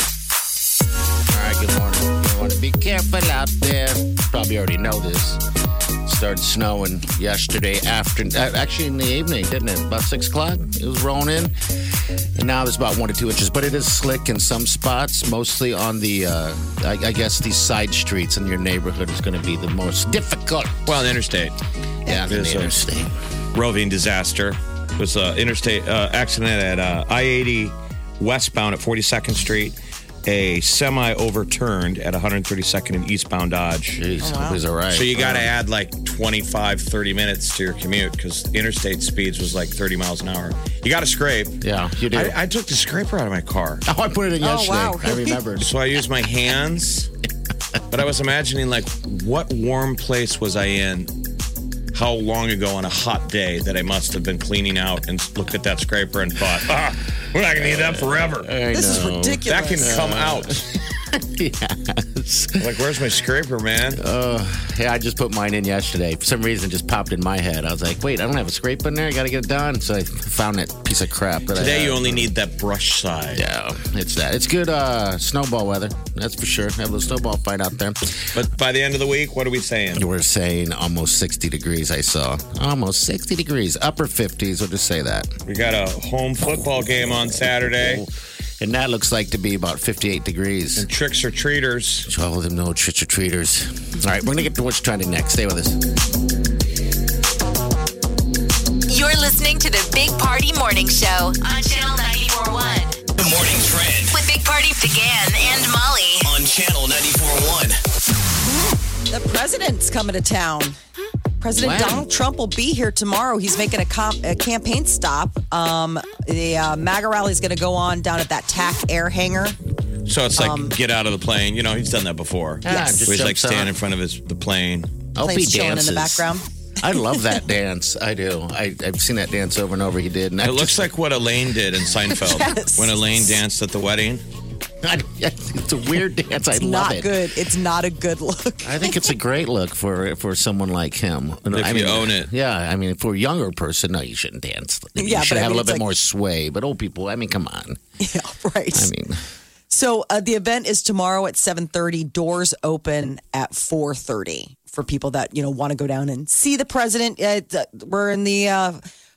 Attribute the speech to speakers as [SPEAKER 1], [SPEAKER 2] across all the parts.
[SPEAKER 1] All right, good morning. Good morning. Be careful out there. Probably already know this. Started snowing yesterday afternoon. uh, Actually, in the evening, didn't it? About six o'clock, it was rolling in, and now there's about one to two inches. But it is slick in some spots, mostly on the, uh, I, I guess, these side streets in your neighborhood is going to be the most difficult.
[SPEAKER 2] Well, the interstate
[SPEAKER 1] Yeah, than the
[SPEAKER 2] there's a-
[SPEAKER 1] interstate.
[SPEAKER 2] roving disaster It was an interstate uh, accident at uh, I 80 westbound at 42nd Street. A semi overturned at 132nd and eastbound Dodge.
[SPEAKER 1] Jeez, hope he's all right.
[SPEAKER 2] So you got to add like 25, 30 minutes to your commute because interstate speeds was like 30 miles an hour. You got to scrape.
[SPEAKER 1] yeah, you do.
[SPEAKER 2] I, I took the scraper out of my car.
[SPEAKER 1] oh, I put it in yesterday.
[SPEAKER 3] wow.
[SPEAKER 1] I remembered.
[SPEAKER 2] So I used my hands, but I was imagining like what warm place was I in? How long ago on a hot day that I must have been cleaning out and looked at that scraper and thought, ah, we're not gonna need that forever.
[SPEAKER 1] I
[SPEAKER 3] This is
[SPEAKER 1] know.
[SPEAKER 3] ridiculous.
[SPEAKER 2] That can come out.
[SPEAKER 1] Yes.
[SPEAKER 2] Like, where's my scraper, man?
[SPEAKER 1] Uh, Yeah, I just put mine in yesterday. For some reason, it just popped in my head. I was like, wait, I don't have a scrape in there. I got to get it done. So I found that piece of crap. That I
[SPEAKER 2] Today
[SPEAKER 1] had.
[SPEAKER 2] you only need that brush side.
[SPEAKER 1] Yeah, it's that. It's good uh, snowball weather. That's for sure. Have a little snowball fight out there.
[SPEAKER 2] But by the end of the week, what are we saying?
[SPEAKER 1] You were saying almost 60 degrees, I saw. Almost 60 degrees. Upper 50s, we'll just say that.
[SPEAKER 2] We got a home football game on Saturday.
[SPEAKER 1] Oh, And that looks like to be about 58 degrees.
[SPEAKER 2] Tricks or treaters.
[SPEAKER 1] All of them know trick or treaters. All right, we're going to get to what's trending next. Stay with us.
[SPEAKER 4] You're listening to the Big Party Morning Show on Channel 941
[SPEAKER 5] The morning trend
[SPEAKER 4] with Big Party began and Molly.
[SPEAKER 5] on channel 94.1.
[SPEAKER 3] The president's coming to town. President
[SPEAKER 1] Wow.
[SPEAKER 3] Donald Trump will be here tomorrow. He's making a, com- a campaign stop. Um, the uh, MAGA rally is going to go on down at that TAC air hangar.
[SPEAKER 2] So it's
[SPEAKER 3] Um,
[SPEAKER 2] like get out of the plane. You know, he's done that before.
[SPEAKER 1] Yeah, just
[SPEAKER 2] Where he's like
[SPEAKER 1] jumps on.
[SPEAKER 2] standing in front of his the plane.
[SPEAKER 1] Opie
[SPEAKER 3] Plane's chilling in the background.
[SPEAKER 1] I love that dance. I do. I, I've seen that dance over and over. He did. And I
[SPEAKER 2] It looks like what Elaine did in Seinfeld
[SPEAKER 3] Yes.
[SPEAKER 2] when Elaine danced at the wedding.
[SPEAKER 1] like it's a weird dance. I
[SPEAKER 3] It's
[SPEAKER 1] love
[SPEAKER 3] not
[SPEAKER 1] it.
[SPEAKER 3] good. It's not a good look.
[SPEAKER 1] I think it's a great look for for someone like him.
[SPEAKER 2] If
[SPEAKER 1] I
[SPEAKER 2] you own it.
[SPEAKER 1] yeah. I mean, for a younger person, no, you shouldn't dance. You
[SPEAKER 3] Yeah,
[SPEAKER 1] should
[SPEAKER 3] but I
[SPEAKER 1] have a
[SPEAKER 3] mean,
[SPEAKER 1] little
[SPEAKER 3] it's
[SPEAKER 1] bit
[SPEAKER 3] like-
[SPEAKER 1] more sway. But old people, I mean, come on.
[SPEAKER 3] yeah, right.
[SPEAKER 1] I mean,
[SPEAKER 3] So uh, the event is tomorrow at 7:30. Doors open at 4:30 for people that you know want to go down and see the president. Uh, th- we're in the uh,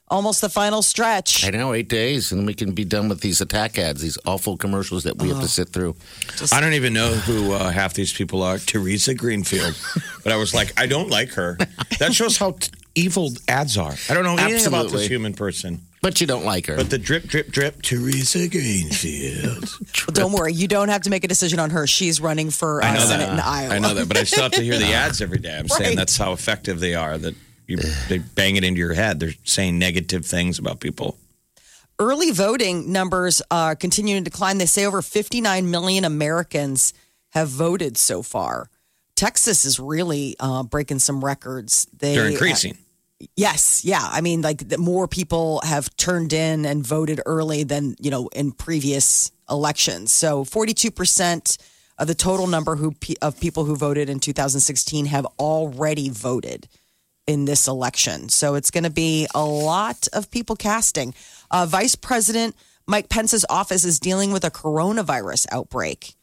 [SPEAKER 3] almost the final stretch.
[SPEAKER 1] I know eight days, and we can be done with these attack ads, these awful commercials that we
[SPEAKER 3] Oh.
[SPEAKER 1] have to sit through.
[SPEAKER 2] I don't even know who uh, half these people are. Teresa Greenfield. But I was like, I don't like her. That shows how t- evil ads are. I don't know anything about
[SPEAKER 1] Absolutely.
[SPEAKER 2] this human person.
[SPEAKER 1] But you don't like her.
[SPEAKER 2] But the drip, drip, drip, Teresa Greenfield.
[SPEAKER 3] Well, don't worry, you don't have to make a decision on her. She's running for uh, Senate in Iowa.
[SPEAKER 2] I know that. But I still have to hear the ads every day. I'm saying
[SPEAKER 3] Right.
[SPEAKER 2] that's how effective they are. That you, they bang it into your head. They're saying negative things about people.
[SPEAKER 3] Early voting numbers uh, continue to decline. They say over 59 million Americans have voted so far. Texas is really uh, breaking some records. They,
[SPEAKER 2] They're increasing.
[SPEAKER 3] Yes, yeah. I mean, like the more people have turned in and voted early than you know in previous elections. So, forty-two percent of the total number who of people who voted in 2016 have already voted in this election. So, it's going to be a lot of people casting. Uh, Vice President Mike Pence's office is dealing with a coronavirus outbreak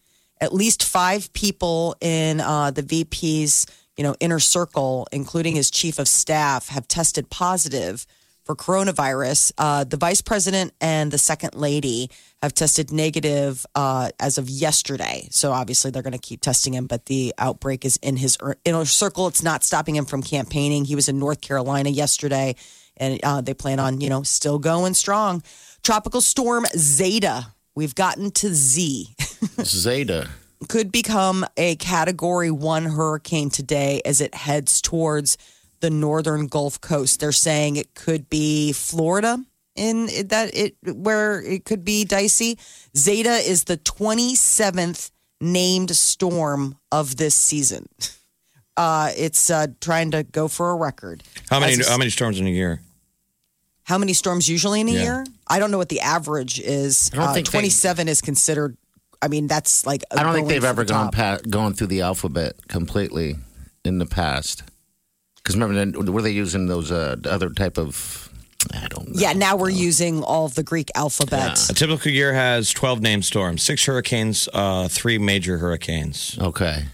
[SPEAKER 3] at least five people in uh, the VP's you know inner circle, including his chief of staff, have tested positive for coronavirus. Uh, the vice president and the second lady have tested negative uh, as of yesterday. So obviously they're going to keep testing him, but the outbreak is in his er- inner circle. It's not stopping him from campaigning. He was in North Carolina yesterday. And uh, they plan on, you know, still going strong. Tropical storm Zeta. We've gotten to Z.
[SPEAKER 1] Zeta.
[SPEAKER 3] could become a category one hurricane today as it heads towards the northern Gulf Coast. They're saying it could be Florida in it, that it where it could be dicey. Zeta is the 27th named storm of this season. Uh, it's uh, trying to go for a record.
[SPEAKER 2] How many um,
[SPEAKER 3] As of-
[SPEAKER 2] how many storms in a year?
[SPEAKER 3] how many storms usually in a
[SPEAKER 2] Yeah.
[SPEAKER 3] year? I don't know what the average is.
[SPEAKER 1] I don't
[SPEAKER 3] uh,
[SPEAKER 1] think they-
[SPEAKER 3] 27 is considered. I mean, that's like
[SPEAKER 1] I don't think
[SPEAKER 3] Uh, going
[SPEAKER 1] they've
[SPEAKER 3] for
[SPEAKER 1] ever
[SPEAKER 3] the
[SPEAKER 1] gone
[SPEAKER 3] top.
[SPEAKER 1] pa- gone through the alphabet completely in the past. Because remember, then were they using those uh, other type of? I don't. know.
[SPEAKER 3] Yeah, now we're using all of the Greek alphabet.
[SPEAKER 2] A typical year has 12 named storms, six hurricanes, uh, three major hurricanes.
[SPEAKER 1] Okay.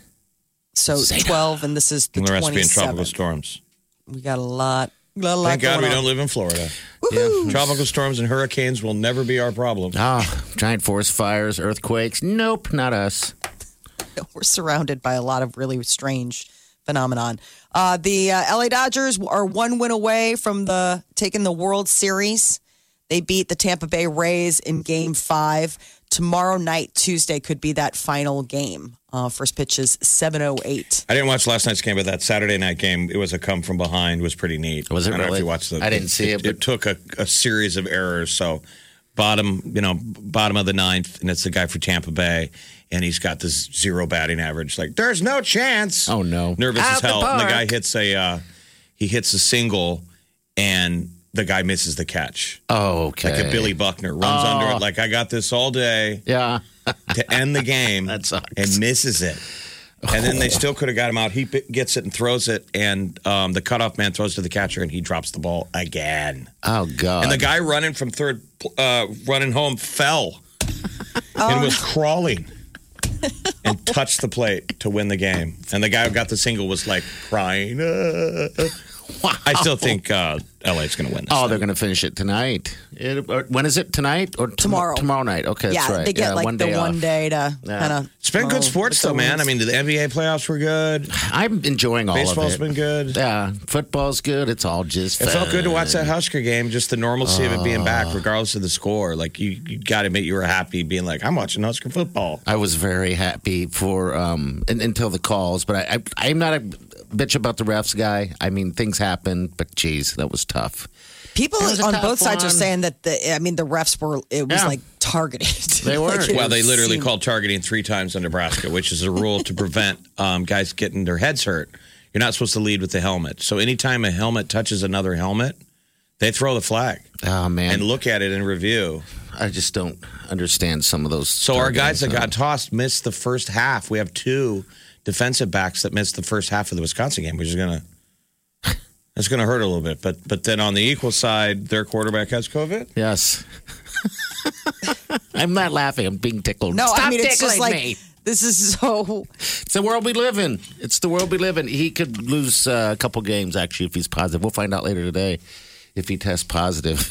[SPEAKER 3] So 12, and this is the,
[SPEAKER 2] And the rest being
[SPEAKER 3] 27.
[SPEAKER 2] tropical storms.
[SPEAKER 3] We got a lot. got a lot
[SPEAKER 2] Thank God
[SPEAKER 3] going
[SPEAKER 2] we
[SPEAKER 3] on.
[SPEAKER 2] don't live in Florida.
[SPEAKER 1] Yeah.
[SPEAKER 2] Tropical storms and hurricanes will never be our problem.
[SPEAKER 1] Ah, giant forest fires, earthquakes. Nope, not us.
[SPEAKER 3] we're surrounded by a lot of really strange phenomenon. Uh, the uh, LA Dodgers are one win away from the taking the World Series. They beat the Tampa Bay Rays in Game Five tomorrow night. Tuesday could be that final game. Uh, first pitch is seven oh eight.
[SPEAKER 2] I didn't watch last night's game, but that Saturday night game, it was a come from behind, was pretty neat.
[SPEAKER 1] Was it
[SPEAKER 2] I don't know if
[SPEAKER 1] really?
[SPEAKER 2] you watched the.
[SPEAKER 1] I didn't see it,
[SPEAKER 2] It,
[SPEAKER 1] but-
[SPEAKER 2] took a, a series of errors. So, bottom, you know, bottom of the ninth, and it's the guy for Tampa Bay, and he's got this zero batting average. Like, there's no chance.
[SPEAKER 1] Oh, no.
[SPEAKER 2] nervous
[SPEAKER 1] Out
[SPEAKER 2] as
[SPEAKER 1] the
[SPEAKER 2] hell. and the
[SPEAKER 1] park.
[SPEAKER 2] guy hits a, uh, he hits a single, and the guy misses the catch.
[SPEAKER 1] Oh, okay.
[SPEAKER 2] Like a Billy Buckner runs under it. Like I got this all day
[SPEAKER 1] Yeah.
[SPEAKER 2] to end the game
[SPEAKER 1] That sucks. Oh.
[SPEAKER 2] and misses it. And then they still could have got him out. He p- gets it and throws it, and um, the cutoff man throws to the catcher, and he drops the ball again.
[SPEAKER 1] Oh God.
[SPEAKER 2] And the guy running from third, uh, running home, fell and was crawling and touched the plate to win the game. And the guy who got the single was like crying. "Uh." I still think uh, LA's going to win this.
[SPEAKER 1] Oh, they're going to finish it tonight. It, or, when is it tonight or tom-
[SPEAKER 3] Tomorrow.
[SPEAKER 1] Tomorrow night. Okay,
[SPEAKER 3] yeah,
[SPEAKER 1] that's right.
[SPEAKER 3] they get
[SPEAKER 1] yeah,
[SPEAKER 3] like
[SPEAKER 1] one
[SPEAKER 3] the
[SPEAKER 1] day
[SPEAKER 3] one
[SPEAKER 1] off.
[SPEAKER 3] day to kind of.
[SPEAKER 2] It's been good sports, though, man. I mean, the NBA playoffs were good.
[SPEAKER 1] I'm enjoying all
[SPEAKER 2] Baseball's
[SPEAKER 1] of it.
[SPEAKER 2] been good.
[SPEAKER 1] Yeah, football's good. It's all just.
[SPEAKER 2] It felt
[SPEAKER 1] fun.
[SPEAKER 2] good to watch that Husker game, just the normalcy of it being
[SPEAKER 1] Oh.
[SPEAKER 2] back, regardless of the score. Like you, you got to admit, you were happy being like, I'm watching Husker football.
[SPEAKER 1] I was very happy for um un until the calls, but I, I I'm not a bitch about the refs guy. I mean, things happen, but geez, that was tough.
[SPEAKER 3] People
[SPEAKER 1] It was a
[SPEAKER 3] on
[SPEAKER 1] tough
[SPEAKER 3] both sides are
[SPEAKER 1] one.
[SPEAKER 3] saying that the. I mean, the refs were. It was
[SPEAKER 1] Yeah.
[SPEAKER 3] like targeted.
[SPEAKER 1] They were.
[SPEAKER 3] Like, it
[SPEAKER 2] Well, they literally
[SPEAKER 3] seemed-
[SPEAKER 2] called targeting three times in Nebraska, which is a rule to prevent um, guys getting their heads hurt. You're not supposed to lead with the helmet. So anytime a helmet touches another helmet, they throw the flag
[SPEAKER 1] Oh man,
[SPEAKER 2] and look at it in review.
[SPEAKER 1] I just don't understand some of those.
[SPEAKER 2] So our
[SPEAKER 1] targeting uh,
[SPEAKER 2] guys that got tossed missed the first half. We have two defensive backs that missed the first half of the Wisconsin game, which is gonna that's gonna hurt a little bit. But but then on the equal side, their quarterback has COVID.
[SPEAKER 1] Yes. I'm not laughing. I'm being tickled.
[SPEAKER 3] No,
[SPEAKER 1] Stop
[SPEAKER 3] I mean
[SPEAKER 1] tickling
[SPEAKER 3] it's just like
[SPEAKER 1] me.
[SPEAKER 3] this is so
[SPEAKER 1] It's the world we live in. It's the world we live in. He could lose uh, a couple games actually if he's positive. We'll find out later today if he tests positive.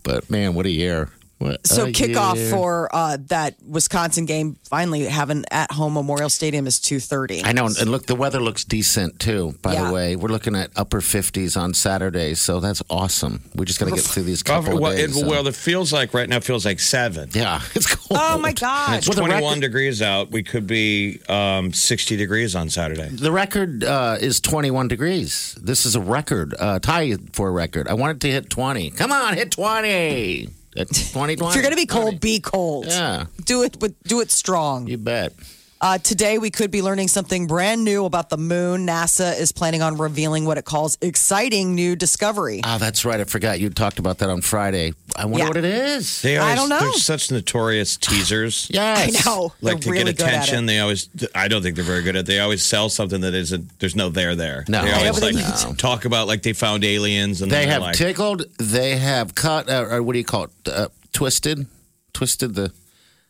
[SPEAKER 1] but man, what a year! What
[SPEAKER 3] So
[SPEAKER 1] a
[SPEAKER 3] kickoff
[SPEAKER 1] year.
[SPEAKER 3] for uh, that Wisconsin game finally having at home Memorial Stadium is two thirty.
[SPEAKER 1] I know, and look, the weather looks decent too. By
[SPEAKER 3] Yeah.
[SPEAKER 1] the way, we're looking at upper fifties on Saturday, so that's awesome. We just got to get through these couple
[SPEAKER 2] well,
[SPEAKER 1] of days.
[SPEAKER 2] it,
[SPEAKER 1] so-
[SPEAKER 2] well, it feels like right now feels like seven.
[SPEAKER 1] yeah, it's cold.
[SPEAKER 3] Oh my God!
[SPEAKER 1] Well, the
[SPEAKER 2] 21
[SPEAKER 1] record-
[SPEAKER 2] degrees out. We could be um, 60 degrees on Saturday.
[SPEAKER 1] The record uh, is 21 degrees. This is a record, uh, tie for a record. I wanted to hit 20. Come on, hit 20. That's 20,
[SPEAKER 3] If you're gonna be cold, be cold.
[SPEAKER 1] Yeah.
[SPEAKER 3] Do it with do it strong.
[SPEAKER 1] You bet.
[SPEAKER 3] Uh, today we could be learning something brand new about the moon. NASA is planning on revealing what it calls exciting new discovery.
[SPEAKER 2] Oh,
[SPEAKER 1] Ah, that's right. I forgot you talked about that on Friday. I wonder
[SPEAKER 3] Yeah.
[SPEAKER 1] what it is.
[SPEAKER 2] They always,
[SPEAKER 3] I don't know.
[SPEAKER 2] They're such notorious teasers.
[SPEAKER 3] I
[SPEAKER 1] Yes.
[SPEAKER 3] know.
[SPEAKER 2] Like to
[SPEAKER 3] they're really
[SPEAKER 2] get attention,
[SPEAKER 3] good at it.
[SPEAKER 2] they always. I don't think they're very good at. They always sell something that isn't. There's no there there.
[SPEAKER 1] No.
[SPEAKER 2] they
[SPEAKER 1] I
[SPEAKER 2] always
[SPEAKER 3] know,
[SPEAKER 2] like
[SPEAKER 3] but
[SPEAKER 1] they-
[SPEAKER 2] talk about like they found aliens and
[SPEAKER 1] They
[SPEAKER 2] then they're
[SPEAKER 1] have
[SPEAKER 2] like,
[SPEAKER 1] tickled. They have cut. Uh, or what do you call it? Uh, twisted. Twisted the.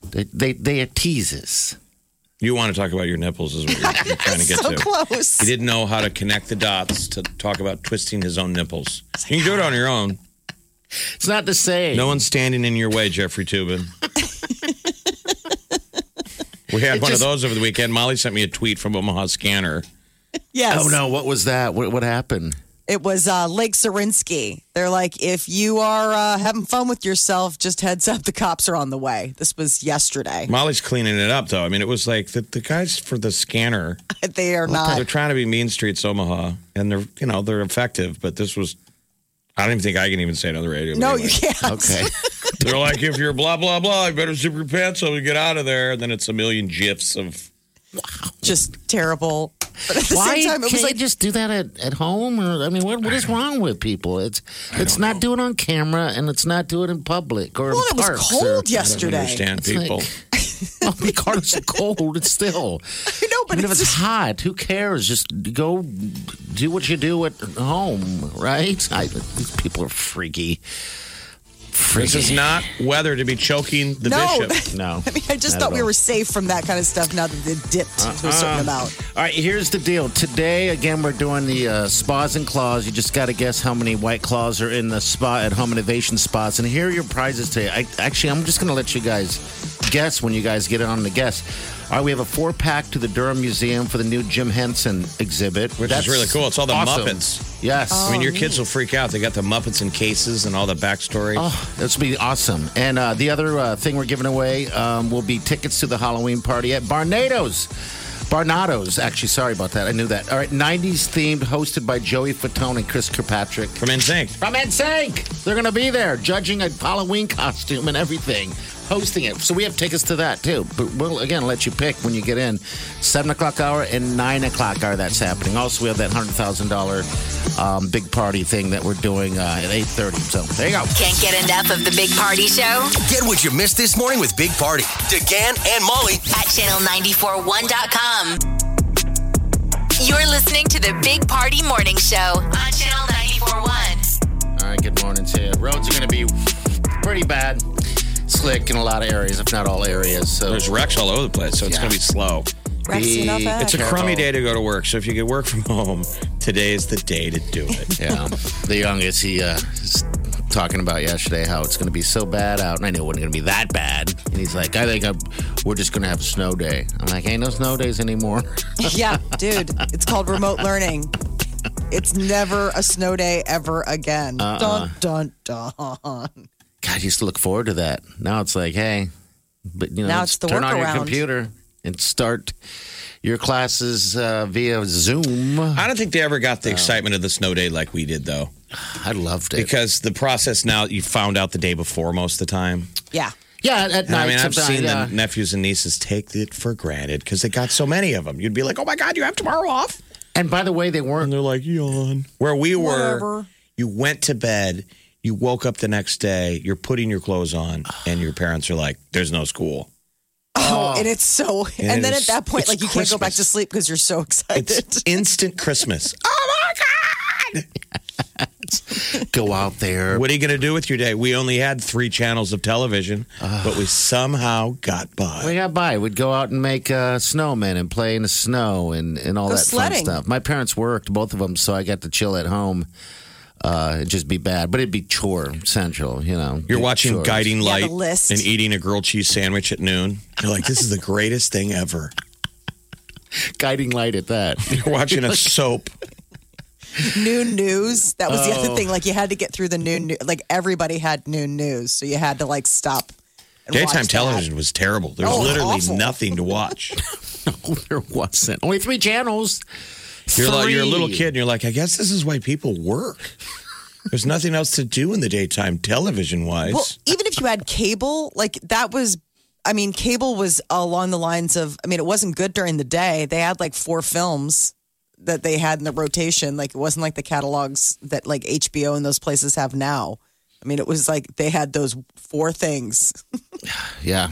[SPEAKER 1] They, they, they are teases.
[SPEAKER 2] You want to talk about your nipples is what you're, you're trying to get
[SPEAKER 3] So
[SPEAKER 2] to.
[SPEAKER 3] close.
[SPEAKER 2] He didn't know how to connect the dots to talk about twisting his own nipples. You can do it
[SPEAKER 3] "Ah."
[SPEAKER 2] on your own.
[SPEAKER 1] It's not the same.
[SPEAKER 2] No one's standing in your way, Jeffrey Tubin. we had
[SPEAKER 1] It
[SPEAKER 2] one
[SPEAKER 1] just-
[SPEAKER 2] of those over the weekend. Molly sent me a tweet from Omaha Scanner.
[SPEAKER 3] Yes.
[SPEAKER 1] Oh, no. What was that? What, what happened?
[SPEAKER 3] It was uh, Lake Sarinsky. They're like, if you are uh, having fun with yourself, just heads up, the cops are on the way. This was yesterday.
[SPEAKER 2] Molly's cleaning it up, though. I mean, it was like the, the guys for the scanner.
[SPEAKER 3] They are not.
[SPEAKER 2] they're trying to be mean streets Omaha, and they're you know they're effective, but this was I don't even think I can even say it on the radio. but
[SPEAKER 3] No,
[SPEAKER 2] anyway.
[SPEAKER 3] you can't.
[SPEAKER 1] Okay.
[SPEAKER 2] They're like, if you're blah blah blah, you better zip your pants up and get out of there. And then it's a million gifs of.
[SPEAKER 3] Just terrible. But at the
[SPEAKER 1] Why
[SPEAKER 3] same time, it
[SPEAKER 1] can't
[SPEAKER 3] was like
[SPEAKER 1] you just do that at, at home? Or I mean, what what is wrong with people? It's it's not do it on camera, and it's not do it in public or
[SPEAKER 3] Well,
[SPEAKER 1] in
[SPEAKER 3] it was
[SPEAKER 1] parks
[SPEAKER 3] cold
[SPEAKER 1] or-
[SPEAKER 2] I
[SPEAKER 3] yesterday.
[SPEAKER 2] understand
[SPEAKER 1] It's
[SPEAKER 2] people.
[SPEAKER 1] Well, the cars are cold. It's still.
[SPEAKER 3] I know, but
[SPEAKER 1] And if
[SPEAKER 3] it's
[SPEAKER 1] it's
[SPEAKER 3] just,
[SPEAKER 1] hot, who cares? Just go do what you do at home, right? I, these people are freaky. Freaky.
[SPEAKER 2] This is not weather to be choking the
[SPEAKER 3] No.
[SPEAKER 2] bishop.
[SPEAKER 1] no.
[SPEAKER 3] I mean, I just
[SPEAKER 1] not at
[SPEAKER 3] thought we
[SPEAKER 1] all. Uh-uh.
[SPEAKER 3] were safe from that kind of stuff now that it dipped to a certain amount.
[SPEAKER 1] Uh-huh. All right, here's the deal. Today, again, we're doing the uh, spas and claws. You just got to guess how many white claws are in the spa at home innovation spots. And here are your prizes today. I, actually, I'm just going to let you guys guess when you guys get on the guess. All right, we have a four pack to the Durham Museum for the new Jim Henson exhibit,
[SPEAKER 2] Which is really cool. It's all the Muppets.
[SPEAKER 1] Yes.
[SPEAKER 2] I mean, your kids will freak out. They got the Muppets in cases and all the backstory.
[SPEAKER 1] Oh, this will be awesome. And uh, the other uh, thing we're giving away um, will be tickets to the Halloween party at Barnado's. Barnado's, actually, sorry about that. I knew that. All right, 90s themed, hosted by Joey Fatone and Chris Kirkpatrick.
[SPEAKER 2] From NSYNC.
[SPEAKER 1] From NSYNC! They're going to be there, judging a Halloween costume and everything, hosting it. So we have tickets to that, too. But we'll, again, let you pick when you get in. 7 o'clock hour and 9 o'clock hour, that's happening. Also, we have that $100,000 um, big party thing that we're doing uh, at 8.30. So there you go.
[SPEAKER 4] Can't get enough of the Big Party Show
[SPEAKER 5] Get what you missed this morning with Big Party. DeGan and Molly
[SPEAKER 4] at channel941.com. You're listening to the Big Party Morning Show on channel 941.
[SPEAKER 1] All right, good morning to you. Roads are going to be pretty bad, slick in a lot of areas, if not all areas. So
[SPEAKER 2] There's wrecks all over the place, so it's
[SPEAKER 1] Yeah.
[SPEAKER 2] going to be slow.
[SPEAKER 3] Rex, you know
[SPEAKER 1] Be-
[SPEAKER 3] that?
[SPEAKER 2] It's a crummy day to go to work, so if you could work from home, today's the day to do it.
[SPEAKER 1] yeah, the youngest he uh, is talking about yesterday how it's going to be so bad out, and I knew it wasn't going to be that bad. And he's like, I think i we're just going to have a snow day. I'm like, ain't no snow days anymore.
[SPEAKER 3] yeah, dude, it's called remote learning. It's never a snow day ever again. Dun dun dun.
[SPEAKER 1] God, I used to look forward to that. Now it's like, hey, but you know,
[SPEAKER 3] Now
[SPEAKER 1] let's
[SPEAKER 3] it's the
[SPEAKER 1] turn on your
[SPEAKER 3] workaround.
[SPEAKER 1] computer and start your classes uh, via Zoom. Oh. I,
[SPEAKER 2] I don't think they ever got the excitement of the snow day like we did, though,
[SPEAKER 1] loved it.
[SPEAKER 2] because the process now you found out the day before most of the time.
[SPEAKER 3] Yeah.
[SPEAKER 1] yeah, at
[SPEAKER 2] And
[SPEAKER 1] night.
[SPEAKER 2] I mean, I've
[SPEAKER 1] sometimes,
[SPEAKER 2] seen
[SPEAKER 1] yeah.
[SPEAKER 2] the nephews and nieces take it for granted because they got so many of them. You'd be like, "Oh my God, you have tomorrow off,"
[SPEAKER 1] And by the way, they weren't
[SPEAKER 2] and they're like, "Yawn." Where we were,
[SPEAKER 3] Whatever.
[SPEAKER 2] you went to bed, you woke up the next day, you're putting your clothes on, and your parents are like, "There's no school."
[SPEAKER 3] Oh, and it's so. And,
[SPEAKER 2] it
[SPEAKER 3] then
[SPEAKER 2] is-
[SPEAKER 3] at that point,
[SPEAKER 2] it's
[SPEAKER 3] like you can't go back to
[SPEAKER 2] Christmas.
[SPEAKER 3] sleep because you're so excited.
[SPEAKER 2] It's instant Christmas. oh my God!
[SPEAKER 1] go out there.
[SPEAKER 2] What are you going to do with your day? We only had three channels of television, but we somehow got by.
[SPEAKER 1] We got by. We'd go out and make uh, snowmen and play in the snow and, and all
[SPEAKER 3] Go
[SPEAKER 1] that fun
[SPEAKER 3] sledding.
[SPEAKER 1] stuff. My parents worked, both of them, so I got to chill at home. Uh, it'd just be bad, but it'd be chore central, you know.
[SPEAKER 2] You're watching
[SPEAKER 1] Chores.
[SPEAKER 2] Guiding Light
[SPEAKER 3] the list.
[SPEAKER 2] and eating a grilled cheese sandwich at noon. You're like, this is the greatest thing ever.
[SPEAKER 1] Guiding Light at that.
[SPEAKER 2] You're watching a soap.
[SPEAKER 3] noon news. That was the other thing. Like you had to get through the noon. New- like everybody had noon news, so you had to like stop. and watch
[SPEAKER 2] Daytime
[SPEAKER 3] that.
[SPEAKER 2] television was terrible. There was
[SPEAKER 3] Oh,
[SPEAKER 2] literally
[SPEAKER 3] awful.
[SPEAKER 2] nothing to watch.
[SPEAKER 1] no, there wasn't. Only three channels.
[SPEAKER 2] You're like you're a
[SPEAKER 1] Three.
[SPEAKER 2] little kid and you're like, I guess this is why people work. There's nothing else to do in the daytime television wise.
[SPEAKER 3] Well, even if you had cable, like that was. I mean, cable was along the lines of. I mean, it wasn't good during the day. They had like four films that they had in the rotation. Like it wasn't like the catalogs that like HBO and those places have now. I mean, it was like they had those four things.
[SPEAKER 1] Yeah.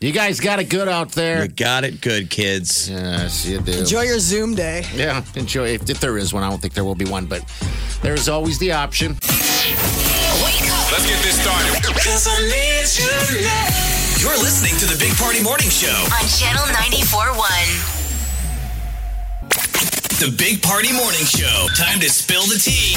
[SPEAKER 1] You guys got it good out
[SPEAKER 2] you
[SPEAKER 1] there.
[SPEAKER 2] got it good, kids.
[SPEAKER 1] Yes, you do.
[SPEAKER 3] Enjoy your Zoom day.
[SPEAKER 1] yeah, enjoy. If, if there is one, I don't think there will be one, but there is always the option.
[SPEAKER 4] Wake up
[SPEAKER 5] Let's get this started. You're listening to the Big Party Morning Show.
[SPEAKER 4] on channel 941.
[SPEAKER 5] The Big Party Morning Show. Time to spill the tea.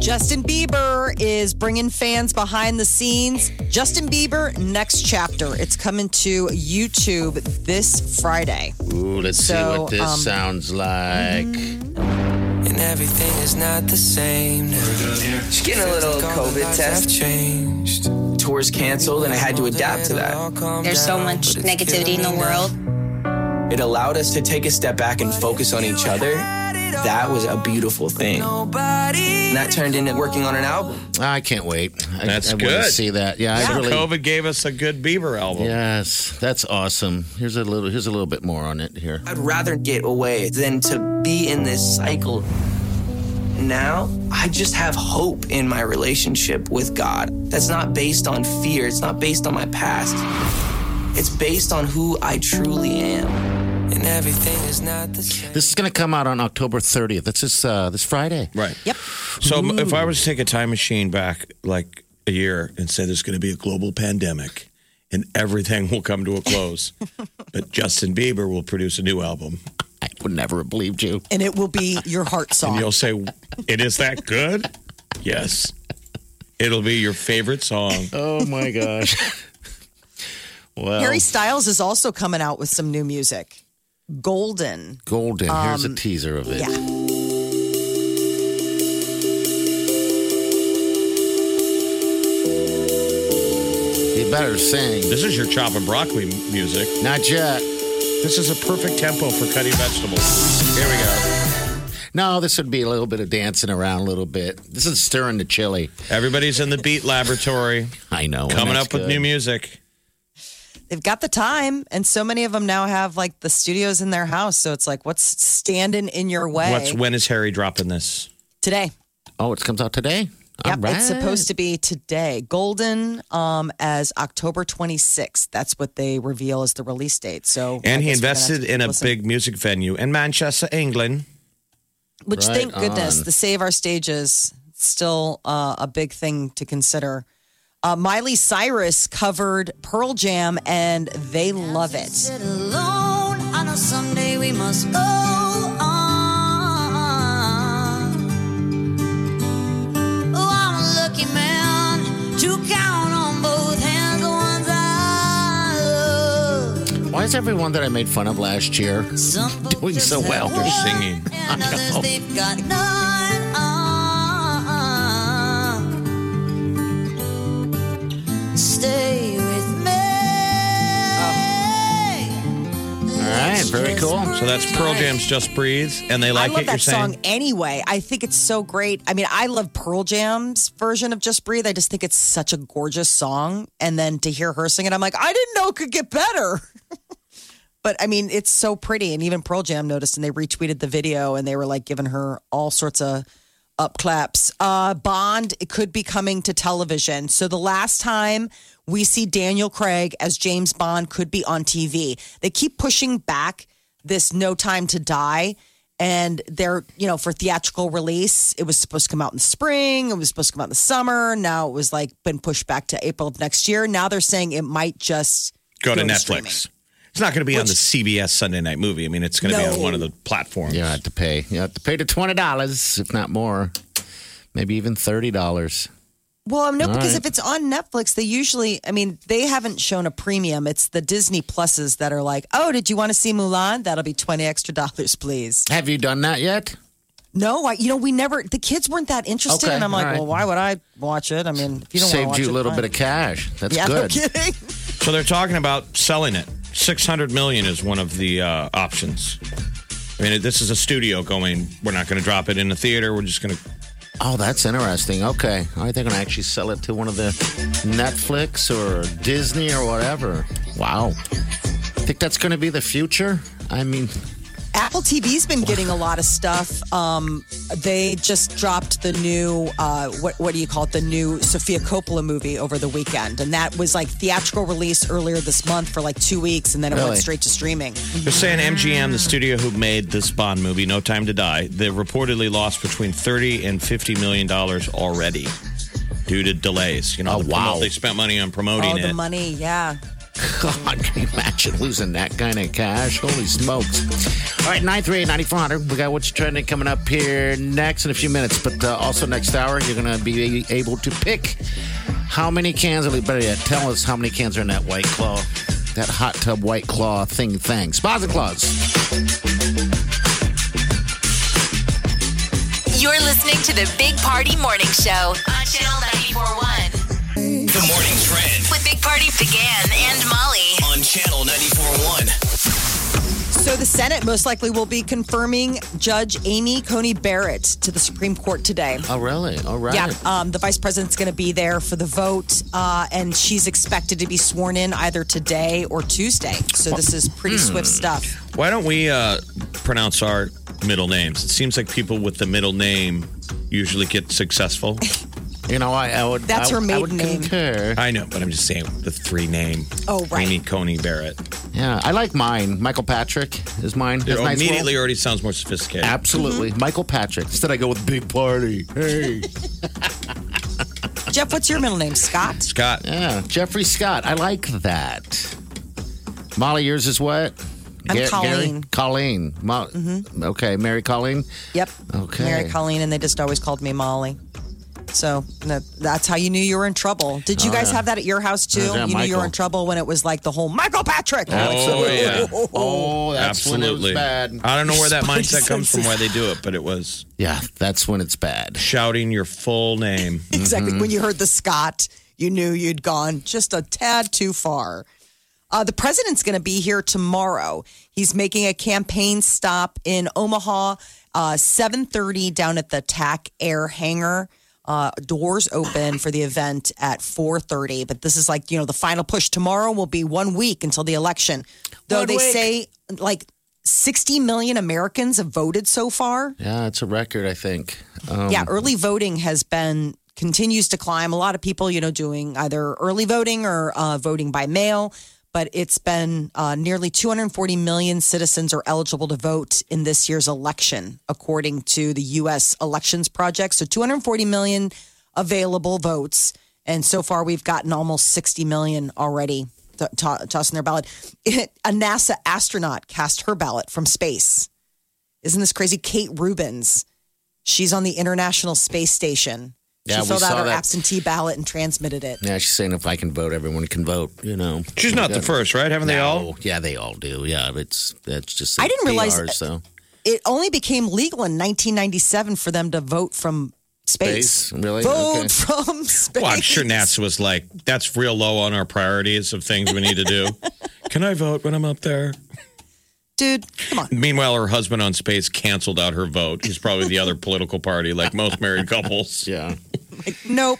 [SPEAKER 3] Justin Bieber is bringing fans behind the scenes. Justin Bieber Next Chapter. It's coming to YouTube this Friday.
[SPEAKER 1] Ooh, let's see what
[SPEAKER 3] So,
[SPEAKER 1] this
[SPEAKER 3] um, mm-hmm.
[SPEAKER 1] sounds like.
[SPEAKER 6] and everything is not the same.
[SPEAKER 7] Just getting a little COVID test.
[SPEAKER 6] Changed.
[SPEAKER 7] Tours canceled, and I had to adapt to that.
[SPEAKER 8] There's so much negativity in the world.
[SPEAKER 6] It allowed us to take a step back and focus on each other.
[SPEAKER 7] that was a beautiful thing. And that turned into working on an album.
[SPEAKER 1] I can't wait. I,
[SPEAKER 2] That's
[SPEAKER 1] I wanna
[SPEAKER 2] good.
[SPEAKER 1] see that. Yeah, I really.
[SPEAKER 2] COVID gave us a good Bieber album.
[SPEAKER 1] Yes, that's awesome. Here's a little. Here's a little bit more on it here.
[SPEAKER 7] I'd rather get away than to be in this cycle. Now, I just have hope in my relationship with God. That's not based on fear, it's not based on my past. It's based on who I truly am.
[SPEAKER 6] And everything is not the same.
[SPEAKER 1] This is going to come out on October 30th. That's this uh, this Friday.
[SPEAKER 2] Right. Yep. So m- if I was to take a time machine back like a year and say there's going to be a global pandemic and everything will come to a close, but Justin Bieber will produce a new album,
[SPEAKER 1] I would never have believed you.
[SPEAKER 3] and it will be your heart
[SPEAKER 2] and
[SPEAKER 3] song.
[SPEAKER 2] you'll say, "It is that good?" Yes. It'll be your favorite song.
[SPEAKER 1] Oh my gosh. well,
[SPEAKER 3] Harry Styles is also coming out with some new music. Golden.
[SPEAKER 1] Golden. Here's a teaser of it.
[SPEAKER 3] Yeah.
[SPEAKER 1] He better sing.
[SPEAKER 2] This is your chop and broccoli m- music.
[SPEAKER 1] Not yet.
[SPEAKER 2] This is a perfect tempo for cutting vegetables.
[SPEAKER 1] Here we go. No, this would be a little bit of dancing around a little bit. This is stirring the chili.
[SPEAKER 2] Everybody's in the beat laboratory
[SPEAKER 1] I know. and
[SPEAKER 2] coming
[SPEAKER 1] that's
[SPEAKER 2] up with new
[SPEAKER 1] good.
[SPEAKER 2] music.
[SPEAKER 3] They've got the time, and so many of them now have like the studios in their house. So it's like, what's standing in your way
[SPEAKER 2] What's when is Harry dropping this?
[SPEAKER 3] today?
[SPEAKER 1] Oh, it comes out today.
[SPEAKER 3] Yep, it's supposed to be today. Golden um, as October 26th. That's what they reveal as the release date. So
[SPEAKER 2] And
[SPEAKER 3] I
[SPEAKER 2] he
[SPEAKER 3] guess we're
[SPEAKER 2] invested
[SPEAKER 3] gonna have to
[SPEAKER 2] in a
[SPEAKER 3] listen.
[SPEAKER 2] big music venue in Manchester, England.
[SPEAKER 3] which
[SPEAKER 1] Right
[SPEAKER 3] thank goodness
[SPEAKER 1] on.
[SPEAKER 3] the Save Our Stages still uh, a big thing to consider. Uh, Miley Cyrus covered Pearl Jam, and they love it.
[SPEAKER 8] alone. I know someday we must go on. Oh, I'm a lucky man to count on both hands the ones I love.
[SPEAKER 1] Why is everyone that I made fun of last year
[SPEAKER 8] Some folks
[SPEAKER 1] doing
[SPEAKER 8] just
[SPEAKER 1] so
[SPEAKER 8] have
[SPEAKER 1] well?
[SPEAKER 8] one,
[SPEAKER 2] singing.
[SPEAKER 8] And
[SPEAKER 1] I
[SPEAKER 8] others
[SPEAKER 1] know.
[SPEAKER 8] they've got none. Stay with me.
[SPEAKER 1] All right, very cool.
[SPEAKER 2] So that's Pearl Jam's Just Breathe, and they like
[SPEAKER 3] I love
[SPEAKER 2] it,
[SPEAKER 3] that
[SPEAKER 2] you're saying?
[SPEAKER 3] song anyway. I think it's so great. I mean, I love Pearl Jam's version of Just Breathe. I just think it's such a gorgeous song. And then to hear her sing it, I'm like, I didn't know it could get better. but I mean, it's so pretty. And even Pearl Jam noticed and they retweeted the video and they were like giving her all sorts of up claps. Uh, Bond it could be coming to television. So the last time we see Daniel Craig as James Bond could be on TV. They keep pushing back this No Time to Die. And they're, you know, for theatrical release, it was supposed to come out in the spring. It was supposed to come out in the summer. Now it was like been pushed back to April of next year. Now they're saying it might just
[SPEAKER 2] Go to
[SPEAKER 3] streaming.
[SPEAKER 2] Netflix. It's not going to be on the CBS Sunday night movie. I mean, it's going to be
[SPEAKER 3] No.
[SPEAKER 2] on one of the platforms.
[SPEAKER 1] You have to pay. You have to pay the twenty dollars, if not more, maybe even thirty dollars.
[SPEAKER 3] Well, um, no,
[SPEAKER 1] All
[SPEAKER 3] because
[SPEAKER 1] right.
[SPEAKER 3] if it's on Netflix, they usually, I mean, they haven't shown a premium. It's the Disney pluses that are like, oh, did you want to see Mulan? That'll be 20 extra dollars, please.
[SPEAKER 1] Have you done that yet?
[SPEAKER 3] No, I, you know, we never, the kids weren't that interested.
[SPEAKER 1] Okay,
[SPEAKER 3] and I'm like,
[SPEAKER 1] all right.
[SPEAKER 3] well, why would I watch it? I mean, if you don't wanna
[SPEAKER 1] Saved
[SPEAKER 3] watch
[SPEAKER 1] you
[SPEAKER 3] it,
[SPEAKER 1] a little
[SPEAKER 3] fine.
[SPEAKER 1] bit of cash. That's
[SPEAKER 3] Yeah,
[SPEAKER 1] good.
[SPEAKER 3] no kidding.
[SPEAKER 2] So they're talking about selling it. 600 million is one of the uh, options. I mean, this is a studio going, we're not going to drop it in the theater. We're just going to.
[SPEAKER 1] Oh, that's interesting. Okay, all right, they're gonna actually sell it to one of the Netflix or Disney or whatever. Wow, think that's gonna be the future. I mean,
[SPEAKER 3] Apple TV's been getting a lot of stuff. Um, they just dropped the new uh, what what do you call it? The new Sofia Coppola movie over the weekend, and that was like theatrical release earlier this month for like two weeks, and then it
[SPEAKER 1] Really?
[SPEAKER 3] went straight to streaming.
[SPEAKER 2] They're saying MGM, the studio who made this Bond movie, No Time to Die, they reportedly lost between 30 and 50 million dollars already due to delays. You know,
[SPEAKER 1] Oh,
[SPEAKER 2] the
[SPEAKER 1] wow.
[SPEAKER 2] promo- they spent money on promoting
[SPEAKER 3] All
[SPEAKER 2] it.
[SPEAKER 3] the money, yeah.
[SPEAKER 1] God, can you imagine losing that kind of cash? Holy smokes. All right, 938-9400. We got what's trending coming up here next in a few minutes. But uh, also next hour, you're going to be able to pick how many cans, or better yet, tell us how many cans are in that White Claw, that hot tub White Claw thing thing. Spas and claws.
[SPEAKER 4] You're listening to the Big Party Morning Show on Channel 941
[SPEAKER 5] The morning trend
[SPEAKER 4] with Big Party began and Molly.
[SPEAKER 5] on channel 941.
[SPEAKER 3] So the Senate most likely will be confirming Judge Amy Coney Barrett to the Supreme Court today.
[SPEAKER 1] Oh, really? All right.
[SPEAKER 3] Yeah, um, the vice president's going to be there for the vote, uh, and she's expected to be sworn in either today or Tuesday. So this is pretty swift stuff.
[SPEAKER 2] Why don't we uh, pronounce our middle names? It seems like people with the middle name usually get successful.
[SPEAKER 1] You know, I, I would.
[SPEAKER 3] That's
[SPEAKER 1] I,
[SPEAKER 3] her
[SPEAKER 1] I would
[SPEAKER 3] maiden name.
[SPEAKER 1] Concur.
[SPEAKER 2] I know, but I'm just saying the three name.
[SPEAKER 3] Oh, right.
[SPEAKER 2] Amy Coney Barrett.
[SPEAKER 1] Yeah, I like mine. Michael Patrick is mine.
[SPEAKER 2] It
[SPEAKER 1] Has nice
[SPEAKER 2] immediately
[SPEAKER 1] roll.
[SPEAKER 2] already sounds more sophisticated.
[SPEAKER 1] Absolutely.
[SPEAKER 3] Mm-hmm.
[SPEAKER 1] Michael Patrick. Instead, I go with Big Party. Hey.
[SPEAKER 3] Jeff, what's your middle name? Scott?
[SPEAKER 2] Scott.
[SPEAKER 1] yeah, Jeffrey Scott. I like that. Molly, yours is what?
[SPEAKER 3] I'm
[SPEAKER 1] Ga-
[SPEAKER 3] Colleen.
[SPEAKER 1] Gary? Colleen. Mo- Okay, Mary Colleen.
[SPEAKER 3] Yep.
[SPEAKER 1] Okay.
[SPEAKER 3] Mary Colleen, and they just always called me Molly. So no, that's how you knew you were in trouble. Did you guys have that at your house too?
[SPEAKER 1] Oh, Yeah,
[SPEAKER 3] you knew you
[SPEAKER 1] Michael.
[SPEAKER 3] were in trouble when it was like the whole Michael Patrick.
[SPEAKER 2] Oh, yeah.
[SPEAKER 1] Oh, that's
[SPEAKER 2] Absolutely.
[SPEAKER 1] when it was bad.
[SPEAKER 2] I don't know where that
[SPEAKER 3] Spicy
[SPEAKER 2] mindset comes from,
[SPEAKER 3] senses.
[SPEAKER 2] why they do it, but it was
[SPEAKER 1] Yeah, that's when it's bad.
[SPEAKER 2] shouting your full name.
[SPEAKER 3] Exactly.
[SPEAKER 2] Mm-hmm.
[SPEAKER 3] When you heard the Scott, you knew you'd gone just a tad too far. Uh, the president's going to be here tomorrow. He's making a campaign stop in Omaha, uh, seven thirty down at the TAC Air Hangar. Uh, doors open for the event at four thirty. But this is like you know the final push. Tomorrow will be one week until the election. Though
[SPEAKER 1] One
[SPEAKER 3] they
[SPEAKER 1] week.
[SPEAKER 3] say like sixty million Americans have voted so far.
[SPEAKER 1] Yeah, it's a record, I think. Um,
[SPEAKER 3] Yeah, early voting has been continues to climb. A lot of people, you know, doing either early voting or uh, voting by mail. But it's been uh, nearly 240 million citizens are eligible to vote in this year's election, according to the U.S. Elections Project. So 240 million available votes, and so far we've gotten almost 60 million already t- t- tossing their ballot. a NASA astronaut cast her ballot from space. Isn't this crazy? Kate Rubens. She's on the International Space Station.
[SPEAKER 1] Yeah,
[SPEAKER 3] she
[SPEAKER 1] we
[SPEAKER 3] filled out
[SPEAKER 1] saw
[SPEAKER 3] her
[SPEAKER 1] that.
[SPEAKER 3] absentee ballot and transmitted it.
[SPEAKER 1] Yeah, she's saying if I can vote, everyone can vote. You know,
[SPEAKER 2] She's not the first, right? Haven't they all?
[SPEAKER 1] Oh, yeah, they all do. Yeah, it's that's just.
[SPEAKER 3] I didn't realize-
[SPEAKER 1] PRs, though.
[SPEAKER 3] It only became legal in 1997 for them to vote from space.
[SPEAKER 1] Space? Really?
[SPEAKER 3] Vote
[SPEAKER 1] Okay.
[SPEAKER 3] from space.
[SPEAKER 2] Well, I'm sure NASA was like, that's real low on our priorities of things we need to do. Can I vote when I'm up there?
[SPEAKER 3] Dude, come on.
[SPEAKER 2] Meanwhile, her husband on space canceled out her vote. He's probably the other political party, like most married couples.
[SPEAKER 1] Yeah.
[SPEAKER 3] Nope.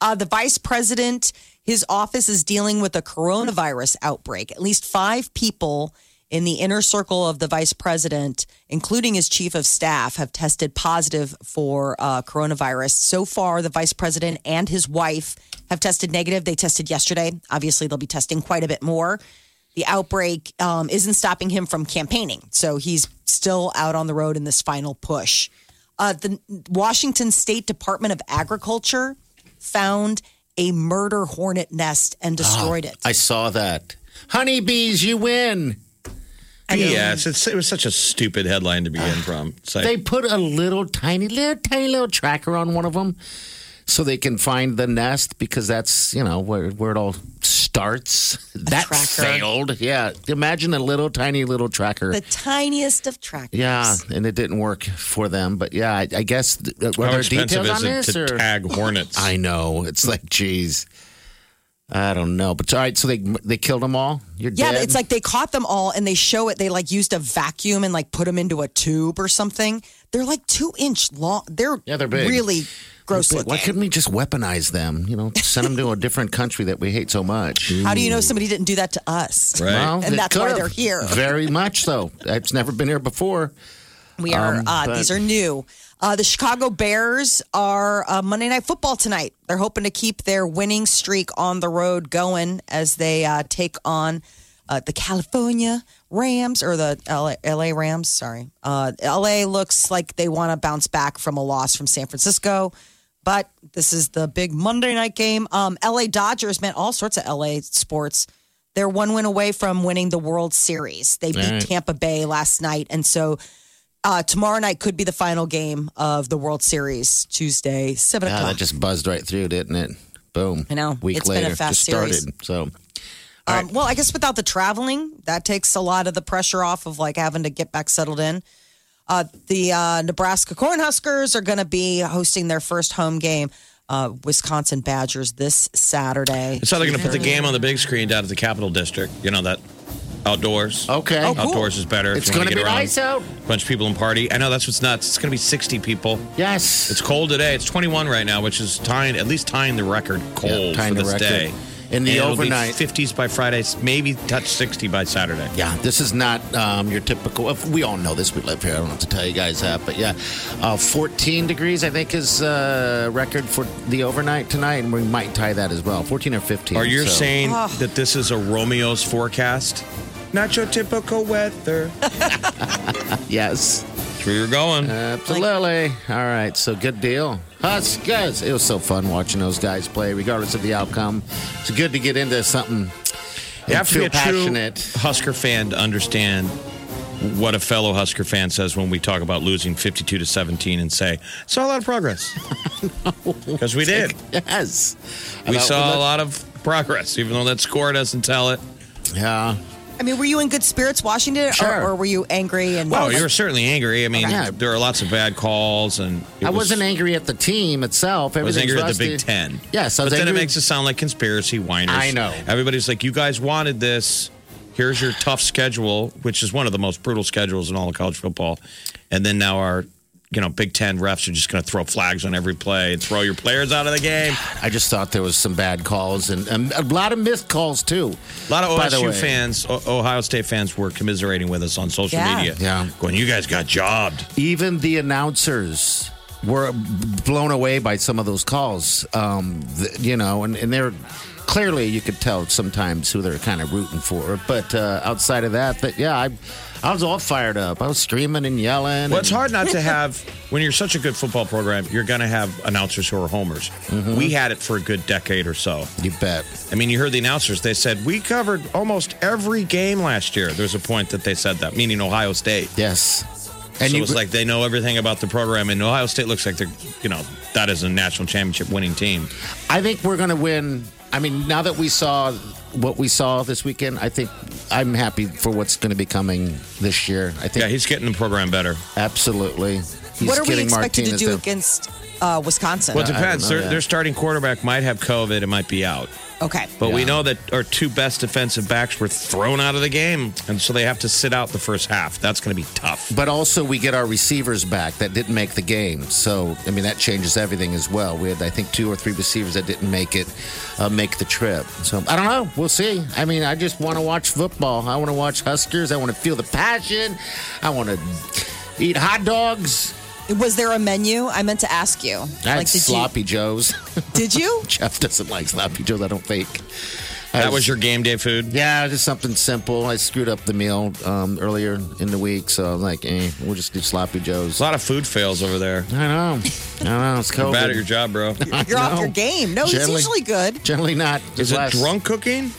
[SPEAKER 3] Uh, the vice president, his office is dealing with a coronavirus outbreak. At least five people in the inner circle of the vice president, including his chief of staff, have tested positive for uh, coronavirus. So far, the vice president and his wife have tested negative. They tested yesterday. Obviously, they'll be testing quite a bit more. The outbreak um, isn't stopping him from campaigning, so he's still out on the road in this final push. Uh, the Washington State Department of Agriculture found a murder hornet nest and
[SPEAKER 1] Ah,
[SPEAKER 3] destroyed it.
[SPEAKER 1] I saw that. Honeybees, you win.
[SPEAKER 2] Yes, it's, it was such a stupid headline to begin from. It's like,
[SPEAKER 1] They put a little tiny, little tiny little tracker on one of them, so they can find the nest because that's you know where where it all starts. That
[SPEAKER 3] tracker.
[SPEAKER 1] failed. Yeah. Imagine a little tiny little tracker.
[SPEAKER 3] the tiniest of trackers.
[SPEAKER 1] yeah, and it didn't work for them. But yeah, I, I guess th- uh, were
[SPEAKER 2] how
[SPEAKER 1] there
[SPEAKER 2] expensive
[SPEAKER 1] details on
[SPEAKER 2] is it
[SPEAKER 1] this?
[SPEAKER 2] to
[SPEAKER 1] or?
[SPEAKER 2] tag hornets?
[SPEAKER 1] I know. It's like, geez, I don't know. But all right, so they they killed them all. You're
[SPEAKER 3] Yeah,
[SPEAKER 1] dead.
[SPEAKER 3] it's like they caught them all and they show it. They like used a vacuum and like put them into a tube or something. They're like two inch long. They're,
[SPEAKER 1] Yeah, they're big.
[SPEAKER 3] really gross
[SPEAKER 1] But
[SPEAKER 3] looking.
[SPEAKER 1] why couldn't we just weaponize them? You know, send them to a different country that we hate so much.
[SPEAKER 3] How do you know somebody didn't do that to us?
[SPEAKER 2] Right.
[SPEAKER 1] Well,
[SPEAKER 3] And
[SPEAKER 1] it
[SPEAKER 3] that's why
[SPEAKER 1] could've.
[SPEAKER 3] they're here.
[SPEAKER 1] Very much so. It's never been here before.
[SPEAKER 3] We are.
[SPEAKER 1] Um,
[SPEAKER 3] uh,
[SPEAKER 1] but-
[SPEAKER 3] these are new. Uh, the Chicago Bears are uh, Monday Night Football tonight. They're hoping to keep their winning streak on the road going as they uh, take on uh, the California Rams or the LA, LA Rams. Sorry, uh, LA looks like they want to bounce back from a loss from San Francisco. But this is the big Monday night game. Um, LA Dodgers meant all sorts of LA sports. They're one win away from winning the World Series. They beat Tampa Bay last night. And so uh, tomorrow night could be the final game of the World Series, Tuesday, 7
[SPEAKER 1] Yeah,
[SPEAKER 3] o'clock.
[SPEAKER 1] that just buzzed right through, didn't it? Boom.
[SPEAKER 3] I know.
[SPEAKER 1] Week
[SPEAKER 3] It's been
[SPEAKER 1] later,
[SPEAKER 3] a
[SPEAKER 1] just
[SPEAKER 3] fast series.
[SPEAKER 1] started. So
[SPEAKER 3] Um, well, I guess without the traveling, that takes a lot of the pressure off of like having to get back settled in. Uh, the uh, Nebraska Cornhuskers are going to be hosting their first home game, uh, Wisconsin Badgers, this Saturday.
[SPEAKER 2] It's how they're going to put the game on the big screen down at the Capitol District. You know that Outdoors.
[SPEAKER 1] Okay.
[SPEAKER 3] Oh, cool.
[SPEAKER 2] Outdoors is better. if
[SPEAKER 1] It's
[SPEAKER 2] you wanna
[SPEAKER 1] gonna
[SPEAKER 2] get
[SPEAKER 1] be
[SPEAKER 2] around.
[SPEAKER 1] nice out.
[SPEAKER 2] Bunch of people and party. I know that's what's nuts. It's going to be 60 people.
[SPEAKER 1] Yes.
[SPEAKER 2] It's cold today. It's 21 right now, which is tying at least tying the record cold
[SPEAKER 1] tying
[SPEAKER 2] for
[SPEAKER 1] the
[SPEAKER 2] this
[SPEAKER 1] record.
[SPEAKER 2] day.
[SPEAKER 1] In the
[SPEAKER 2] And it'll be
[SPEAKER 1] overnight.
[SPEAKER 2] 50s by Friday, maybe touch 60 by Saturday.
[SPEAKER 1] Yeah, this is not um, your typical. We all know this. We live here. I don't have to tell you guys that. But yeah, uh, 14 degrees, I think, is uh, record for the overnight tonight, and we might tie that as well. 14 or 15.
[SPEAKER 2] Are you
[SPEAKER 1] so-
[SPEAKER 2] saying that this is a Romeo's forecast? Not your typical weather.
[SPEAKER 1] Yes,
[SPEAKER 2] That's where you're going.
[SPEAKER 1] absolutely. all right, so good deal. Huskers. It was so fun watching those guys play, regardless of the outcome. It's good to get into something.
[SPEAKER 2] you
[SPEAKER 1] and
[SPEAKER 2] have to be
[SPEAKER 1] feel
[SPEAKER 2] a
[SPEAKER 1] passionate.
[SPEAKER 2] true Husker fan to understand what a fellow Husker fan says when we talk about losing 52 to 17 and say, saw a lot of progress. Because we did.
[SPEAKER 1] Yes.
[SPEAKER 2] We
[SPEAKER 1] About-
[SPEAKER 2] saw a lot of progress, even though that score doesn't tell it.
[SPEAKER 1] Yeah.
[SPEAKER 3] I mean, were you in good spirits watching it,
[SPEAKER 1] Sure.
[SPEAKER 3] or, or were you angry? And
[SPEAKER 2] Well, you were certainly angry. I mean,
[SPEAKER 1] Yeah.
[SPEAKER 2] there are lots of bad calls, and it
[SPEAKER 1] I wasn't angry at the team itself.
[SPEAKER 2] I was
[SPEAKER 1] Everything's
[SPEAKER 2] angry at
[SPEAKER 1] rusty.
[SPEAKER 2] the Big Ten.
[SPEAKER 1] Yes, I
[SPEAKER 2] but
[SPEAKER 1] was
[SPEAKER 2] then it
[SPEAKER 1] angry-
[SPEAKER 2] makes it sound like conspiracy whiners.
[SPEAKER 1] I know.
[SPEAKER 2] Everybody's like, "You guys wanted this. Here's your tough schedule, which is one of the most brutal schedules in all of college football." And then now our, you know, Big Ten refs are just going to throw flags on every play and throw your players out of the game.
[SPEAKER 1] I just thought there was some bad calls and, and a lot of missed calls too.
[SPEAKER 2] A lot of
[SPEAKER 1] By the
[SPEAKER 2] OSU
[SPEAKER 1] way.
[SPEAKER 2] fans, o- Ohio State fans, were commiserating with us on social
[SPEAKER 3] Yeah.
[SPEAKER 2] media.
[SPEAKER 1] Yeah.
[SPEAKER 2] going, "You guys got jobbed."
[SPEAKER 1] Even the announcers were blown away by some of those calls. Um, th- you know, and, and they're clearly you could tell sometimes who they're kind of rooting for. But uh, outside of that, but yeah, I I was all fired up. I was screaming and yelling.
[SPEAKER 2] Well, it's
[SPEAKER 1] and-
[SPEAKER 2] hard not to have when you're such a good football program. You're going to have announcers who are homers. We had it for a good decade or so.
[SPEAKER 1] Mm-hmm. You bet.
[SPEAKER 2] I mean, you heard the announcers. They said we covered almost every game last year. There's a point that they said that, meaning Ohio State.
[SPEAKER 1] Yes.
[SPEAKER 2] And so
[SPEAKER 1] you
[SPEAKER 2] it's like they know everything about the program, and Ohio State looks like they're, you know, that is a national championship winning team.
[SPEAKER 1] I think we're going to win. I mean, now that we saw what we saw this weekend, I think I'm happy for what's going to be coming this year. I think
[SPEAKER 2] Yeah, he's getting the program better.
[SPEAKER 1] absolutely. He's
[SPEAKER 3] what are we
[SPEAKER 1] getting
[SPEAKER 3] expected
[SPEAKER 1] Martinez
[SPEAKER 3] to do
[SPEAKER 1] there.
[SPEAKER 3] against uh, Wisconsin?
[SPEAKER 2] Well, it
[SPEAKER 1] I don't
[SPEAKER 2] depends.
[SPEAKER 1] know
[SPEAKER 2] Their,
[SPEAKER 1] that.
[SPEAKER 2] their starting quarterback might have COVID. It might be out.
[SPEAKER 3] okay,
[SPEAKER 2] But we
[SPEAKER 1] Yeah.
[SPEAKER 2] know that our two best defensive backs were thrown out of the game, and so they have to sit out the first half. That's going to be tough.
[SPEAKER 1] But also, we get our receivers back that didn't make the game. So, I mean, that changes everything as well. We had, I think, two or three receivers that didn't make it, uh, make the trip. So, I don't know. We'll see. I mean, I just want to watch football. I want to watch Huskers. I want to feel the passion. I want to eat hot dogs.
[SPEAKER 3] was there a menu? I meant to ask you.
[SPEAKER 1] I had
[SPEAKER 3] did
[SPEAKER 1] sloppy joes.
[SPEAKER 3] you? Did you?
[SPEAKER 1] Jeff doesn't like sloppy joes. I don't think.
[SPEAKER 2] that was your game day food.
[SPEAKER 1] yeah, just something simple. I screwed up the meal um, earlier in the week, so I'm like, eh, we'll just do sloppy joes.
[SPEAKER 2] A
[SPEAKER 1] I
[SPEAKER 2] lot of food fails over there.
[SPEAKER 1] know, I know. It's
[SPEAKER 2] You're
[SPEAKER 1] COVID.
[SPEAKER 2] bad at your job, bro.
[SPEAKER 3] You're off
[SPEAKER 1] No.
[SPEAKER 3] your game. No,
[SPEAKER 1] Generally-
[SPEAKER 3] he's usually good.
[SPEAKER 1] Generally not.
[SPEAKER 2] Is it
[SPEAKER 1] Less-
[SPEAKER 2] drunk cooking?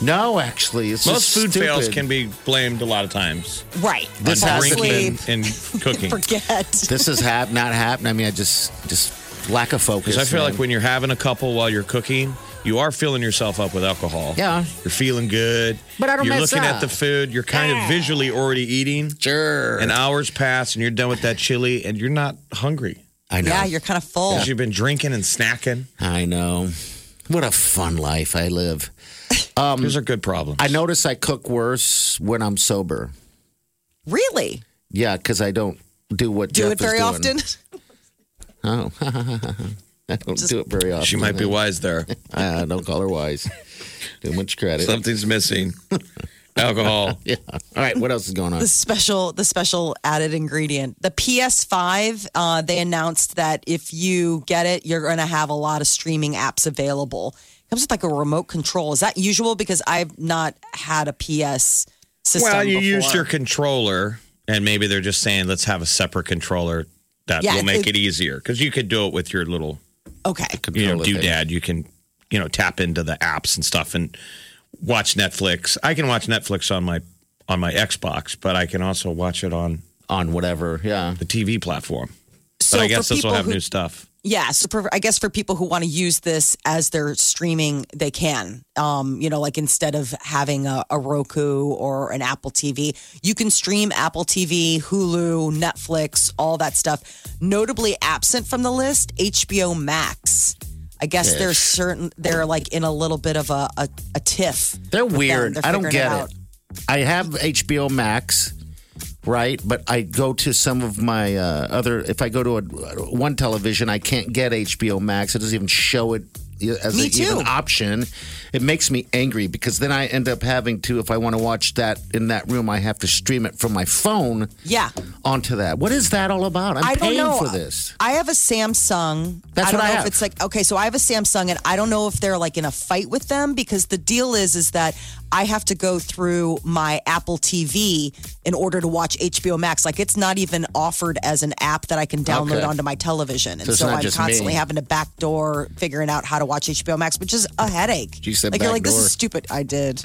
[SPEAKER 1] No, actually, it's
[SPEAKER 2] Most
[SPEAKER 1] just
[SPEAKER 2] food
[SPEAKER 1] stupid.
[SPEAKER 2] fails can be blamed a lot of times.
[SPEAKER 3] Right.
[SPEAKER 1] This
[SPEAKER 2] on
[SPEAKER 1] has to
[SPEAKER 3] Falsely,
[SPEAKER 2] drinking and, and cooking.
[SPEAKER 3] Forget.
[SPEAKER 1] This is hap not happening. I mean, I just just lack of focus.
[SPEAKER 2] Because I feel
[SPEAKER 1] man.
[SPEAKER 2] like when you're having a couple while you're cooking, you are filling yourself up with alcohol.
[SPEAKER 1] Yeah.
[SPEAKER 2] You're feeling good.
[SPEAKER 1] But I don't
[SPEAKER 2] You're
[SPEAKER 1] mess
[SPEAKER 2] looking
[SPEAKER 1] up.
[SPEAKER 2] at the food. You're kind of visually already eating.
[SPEAKER 1] sure,
[SPEAKER 2] And hours pass and you're done with that chili and you're not hungry.
[SPEAKER 1] I know.
[SPEAKER 3] Yeah, you're kind of full.
[SPEAKER 2] Because you've been drinking and snacking.
[SPEAKER 1] I know. What a fun life I live. Um,
[SPEAKER 2] Those are good problems.
[SPEAKER 1] I notice I cook worse when I'm sober.
[SPEAKER 3] Really?
[SPEAKER 1] Yeah, because I don't do what
[SPEAKER 3] Do
[SPEAKER 1] Jeff
[SPEAKER 3] it very
[SPEAKER 1] is doing.
[SPEAKER 3] often?
[SPEAKER 1] Oh, I don't do it very often.
[SPEAKER 2] She might be wise there.
[SPEAKER 1] Uh, don't call her wise. Too much credit.
[SPEAKER 2] Something's missing. Alcohol.
[SPEAKER 1] yeah. All right. What else is going on?
[SPEAKER 3] The special, the special added ingredient, the PS5. Uh, they announced that if you get it, you're going to have a lot of streaming apps available. It comes with like a remote control. Is that usual? Because I've not had a PS system.
[SPEAKER 2] Well, you
[SPEAKER 3] before.
[SPEAKER 2] used your controller, and maybe they're just saying, let's have a separate controller that
[SPEAKER 3] Yeah,
[SPEAKER 2] will make
[SPEAKER 3] it-
[SPEAKER 2] it, easier. Because you could do it with your little,
[SPEAKER 3] okay.
[SPEAKER 2] you know,
[SPEAKER 1] Controller thing.
[SPEAKER 2] doodad. You can, you know, tap into the apps and stuff and watch Netflix. I can watch Netflix on my on my Xbox, but I can also watch it on
[SPEAKER 1] on whatever. Yeah.
[SPEAKER 2] the TV platform.
[SPEAKER 3] So
[SPEAKER 2] But I
[SPEAKER 3] for
[SPEAKER 2] guess this will
[SPEAKER 3] people
[SPEAKER 2] have
[SPEAKER 3] who-
[SPEAKER 2] new stuff.
[SPEAKER 3] Yeah, so for, I guess for people who want to use this as their streaming, they can. Um, you know, like instead of having a, a Roku or an Apple TV, you can stream Apple TV, Hulu, Netflix, all that stuff. Notably absent from the list, HBO Max. I guess they're certain they're like in a little bit of a a, a tiff.
[SPEAKER 1] They're
[SPEAKER 3] with them.
[SPEAKER 1] weird. I don't
[SPEAKER 3] figuring
[SPEAKER 1] get it. I have HBO Max, right? But I go to some of my uh, other. If I go to a, one television, I can't get HBO Max. It doesn't even show it as
[SPEAKER 3] Me
[SPEAKER 1] a, even
[SPEAKER 3] too.
[SPEAKER 1] option. It makes me angry because then I end up having to, if I want to watch that in that room, I have to stream it from my phone
[SPEAKER 3] Yeah.
[SPEAKER 1] onto that. What is that all about? I'm
[SPEAKER 3] I don't
[SPEAKER 1] paying
[SPEAKER 3] know.
[SPEAKER 1] for this.
[SPEAKER 3] I have a Samsung.
[SPEAKER 1] That's
[SPEAKER 3] I don't
[SPEAKER 1] what I
[SPEAKER 3] know
[SPEAKER 1] have.
[SPEAKER 3] if it's like okay, so I have a Samsung and I don't know if they're like in a fight with them because the deal is is that I have to go through my Apple TV in order to watch HBO Max. Like it's not even offered as an app that I can download
[SPEAKER 1] Okay.
[SPEAKER 3] onto my television. And
[SPEAKER 1] So it's
[SPEAKER 3] so
[SPEAKER 1] not
[SPEAKER 3] I'm
[SPEAKER 1] just
[SPEAKER 3] constantly
[SPEAKER 1] me.
[SPEAKER 3] having to backdoor figuring out how to watch HBO Max, which is a headache.
[SPEAKER 1] You said
[SPEAKER 3] like you're like this
[SPEAKER 1] backdoor.
[SPEAKER 3] is stupid. I did.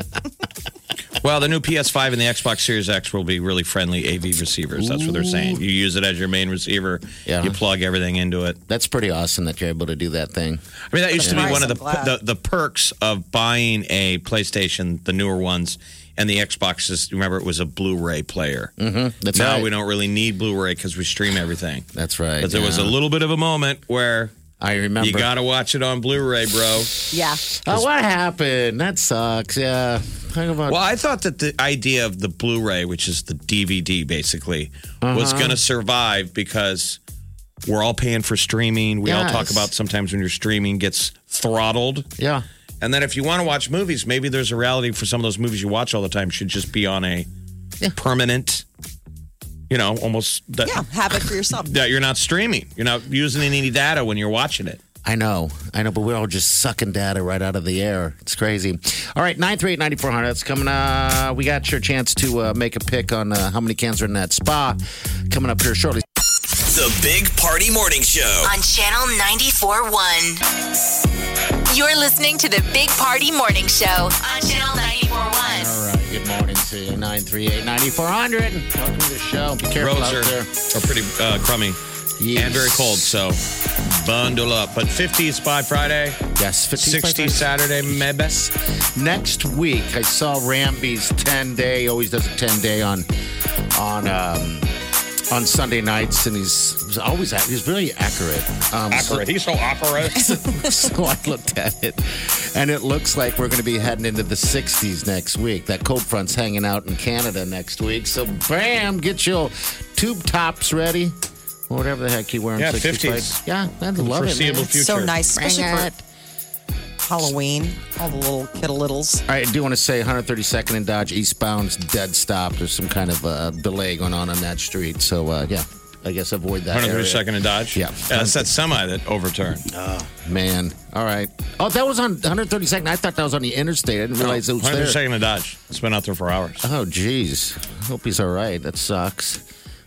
[SPEAKER 2] Well, the new PS5 and the Xbox Series X will be really friendly AV receivers. That's what they're saying. You use it as your main receiver.
[SPEAKER 1] Yeah.
[SPEAKER 2] You plug everything into it.
[SPEAKER 1] That's pretty awesome that you're able to do that thing.
[SPEAKER 2] I mean, that used to be
[SPEAKER 3] Nice,
[SPEAKER 2] one of the,
[SPEAKER 3] I'm glad.
[SPEAKER 2] the the perks of buying a PlayStation, the newer ones, and the Xboxes. Remember, it was a Blu-ray player. Mm-hmm.
[SPEAKER 1] That's
[SPEAKER 2] now
[SPEAKER 1] right.
[SPEAKER 2] we don't really need Blu-ray because we stream everything.
[SPEAKER 1] That's right.
[SPEAKER 2] But there was a
[SPEAKER 1] yeah.
[SPEAKER 2] little bit of a moment where
[SPEAKER 1] I remember.
[SPEAKER 2] you got to watch it on Blu-ray, bro.
[SPEAKER 3] yeah.
[SPEAKER 1] Oh, what happened? That sucks. Yeah. Talk about
[SPEAKER 2] Well, I thought that the idea of the Blu-ray, which is the DVD basically,
[SPEAKER 1] Uh-huh.
[SPEAKER 2] was going to survive because we're all paying for streaming. We all talk
[SPEAKER 1] Yes.
[SPEAKER 2] about sometimes when your streaming gets throttled.
[SPEAKER 1] yeah.
[SPEAKER 2] And then if you want to watch movies, maybe there's a reality for some of those movies you watch all the time should just be on a
[SPEAKER 1] Yeah.
[SPEAKER 2] permanent, you know, almost that,
[SPEAKER 3] Yeah. Have it for yourself.
[SPEAKER 2] that you're not streaming. You're not using any data when you're watching it.
[SPEAKER 1] I know, I know, but we're all just sucking data right out of the air. It's crazy. All right, nine three eight ninety four hundred. It's coming. Uh, we got your chance to uh, make a pick on uh, how many cans are in that spa coming up here shortly.
[SPEAKER 5] The Big Party Morning Show.
[SPEAKER 4] on Channel 94.1. You're listening to the Big Party Morning Show on Channel 94.1.
[SPEAKER 1] All right, good morning to you. Nine three eight ninety four hundred. Welcome to the show. Be careful
[SPEAKER 2] Roads are,
[SPEAKER 1] out there.
[SPEAKER 2] are pretty uh, crummy
[SPEAKER 1] Yes.
[SPEAKER 2] and very cold, so bundle up. But 50s by Friday,
[SPEAKER 1] Yes, 15,
[SPEAKER 2] 60
[SPEAKER 1] 55.
[SPEAKER 2] Saturday, maybe.
[SPEAKER 1] Next week, I saw Ramby's ten day. Always does a ten day on on um, on Sunday nights, and he's, he's always ac- he's really accurate. Um, so-
[SPEAKER 2] Accurate. He's so opera.
[SPEAKER 1] so I looked at it, and it looks like we're going to be heading into the 60s next week. That cold front's hanging out in Canada next week. So, bam, get your tube tops ready, or whatever the heck you're wearing.
[SPEAKER 2] Yeah,
[SPEAKER 1] 65.
[SPEAKER 2] 50s.
[SPEAKER 1] Yeah, I love it.
[SPEAKER 2] Foreseeable
[SPEAKER 1] Man.
[SPEAKER 2] future.
[SPEAKER 3] So nice, especially
[SPEAKER 1] Bring
[SPEAKER 3] for
[SPEAKER 1] it.
[SPEAKER 3] Halloween. All the little kittle littles.
[SPEAKER 1] All right, I do want to say 132nd and Dodge eastbound's dead stop. There's some kind of uh, delay going on on that street. So, uh, yeah, I guess avoid that. area.
[SPEAKER 2] 132nd and Dodge.
[SPEAKER 1] Yeah. Oh,
[SPEAKER 2] that's that semi that overturned.
[SPEAKER 1] Man. All right. Oh, that was on 132nd. I thought that was on the interstate. I didn't realize it was there.
[SPEAKER 2] 132nd and Dodge. It's been out there for hours.
[SPEAKER 1] Oh, geez. I hope he's all right. That sucks.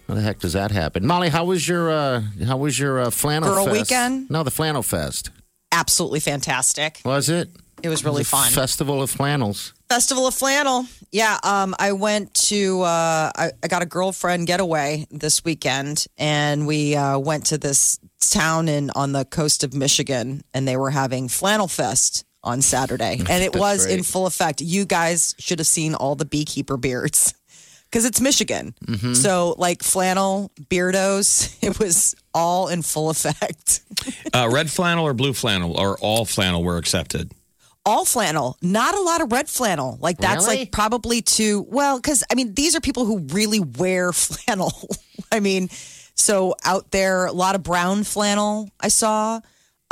[SPEAKER 1] How the heck does that happen, Molly? How was your uh, how was your uh, flannel
[SPEAKER 3] Girl
[SPEAKER 1] fest?
[SPEAKER 3] weekend?
[SPEAKER 1] No, the flannel fest
[SPEAKER 3] Absolutely fantastic.
[SPEAKER 1] was it?
[SPEAKER 3] It was really fun.
[SPEAKER 1] Festival of flannels.
[SPEAKER 3] Festival of Flannel. Yeah, um, I went to, uh, I, I got a girlfriend getaway this weekend, and we uh, went to this town in on the coast of Michigan, and they were having Flannel Fest on Saturday, and it was in
[SPEAKER 1] great.
[SPEAKER 3] full effect. You guys should have seen all the beekeeper beards because it's Michigan, so like flannel beardos, it was all in full effect.
[SPEAKER 2] Uh, red flannel or blue flannel or all flannel were accepted.
[SPEAKER 3] all flannel, not a lot of red flannel. Like that's
[SPEAKER 1] Really?
[SPEAKER 3] like probably too well, because I mean these are people who really wear flannel. I mean, so out there, a lot of brown flannel I saw,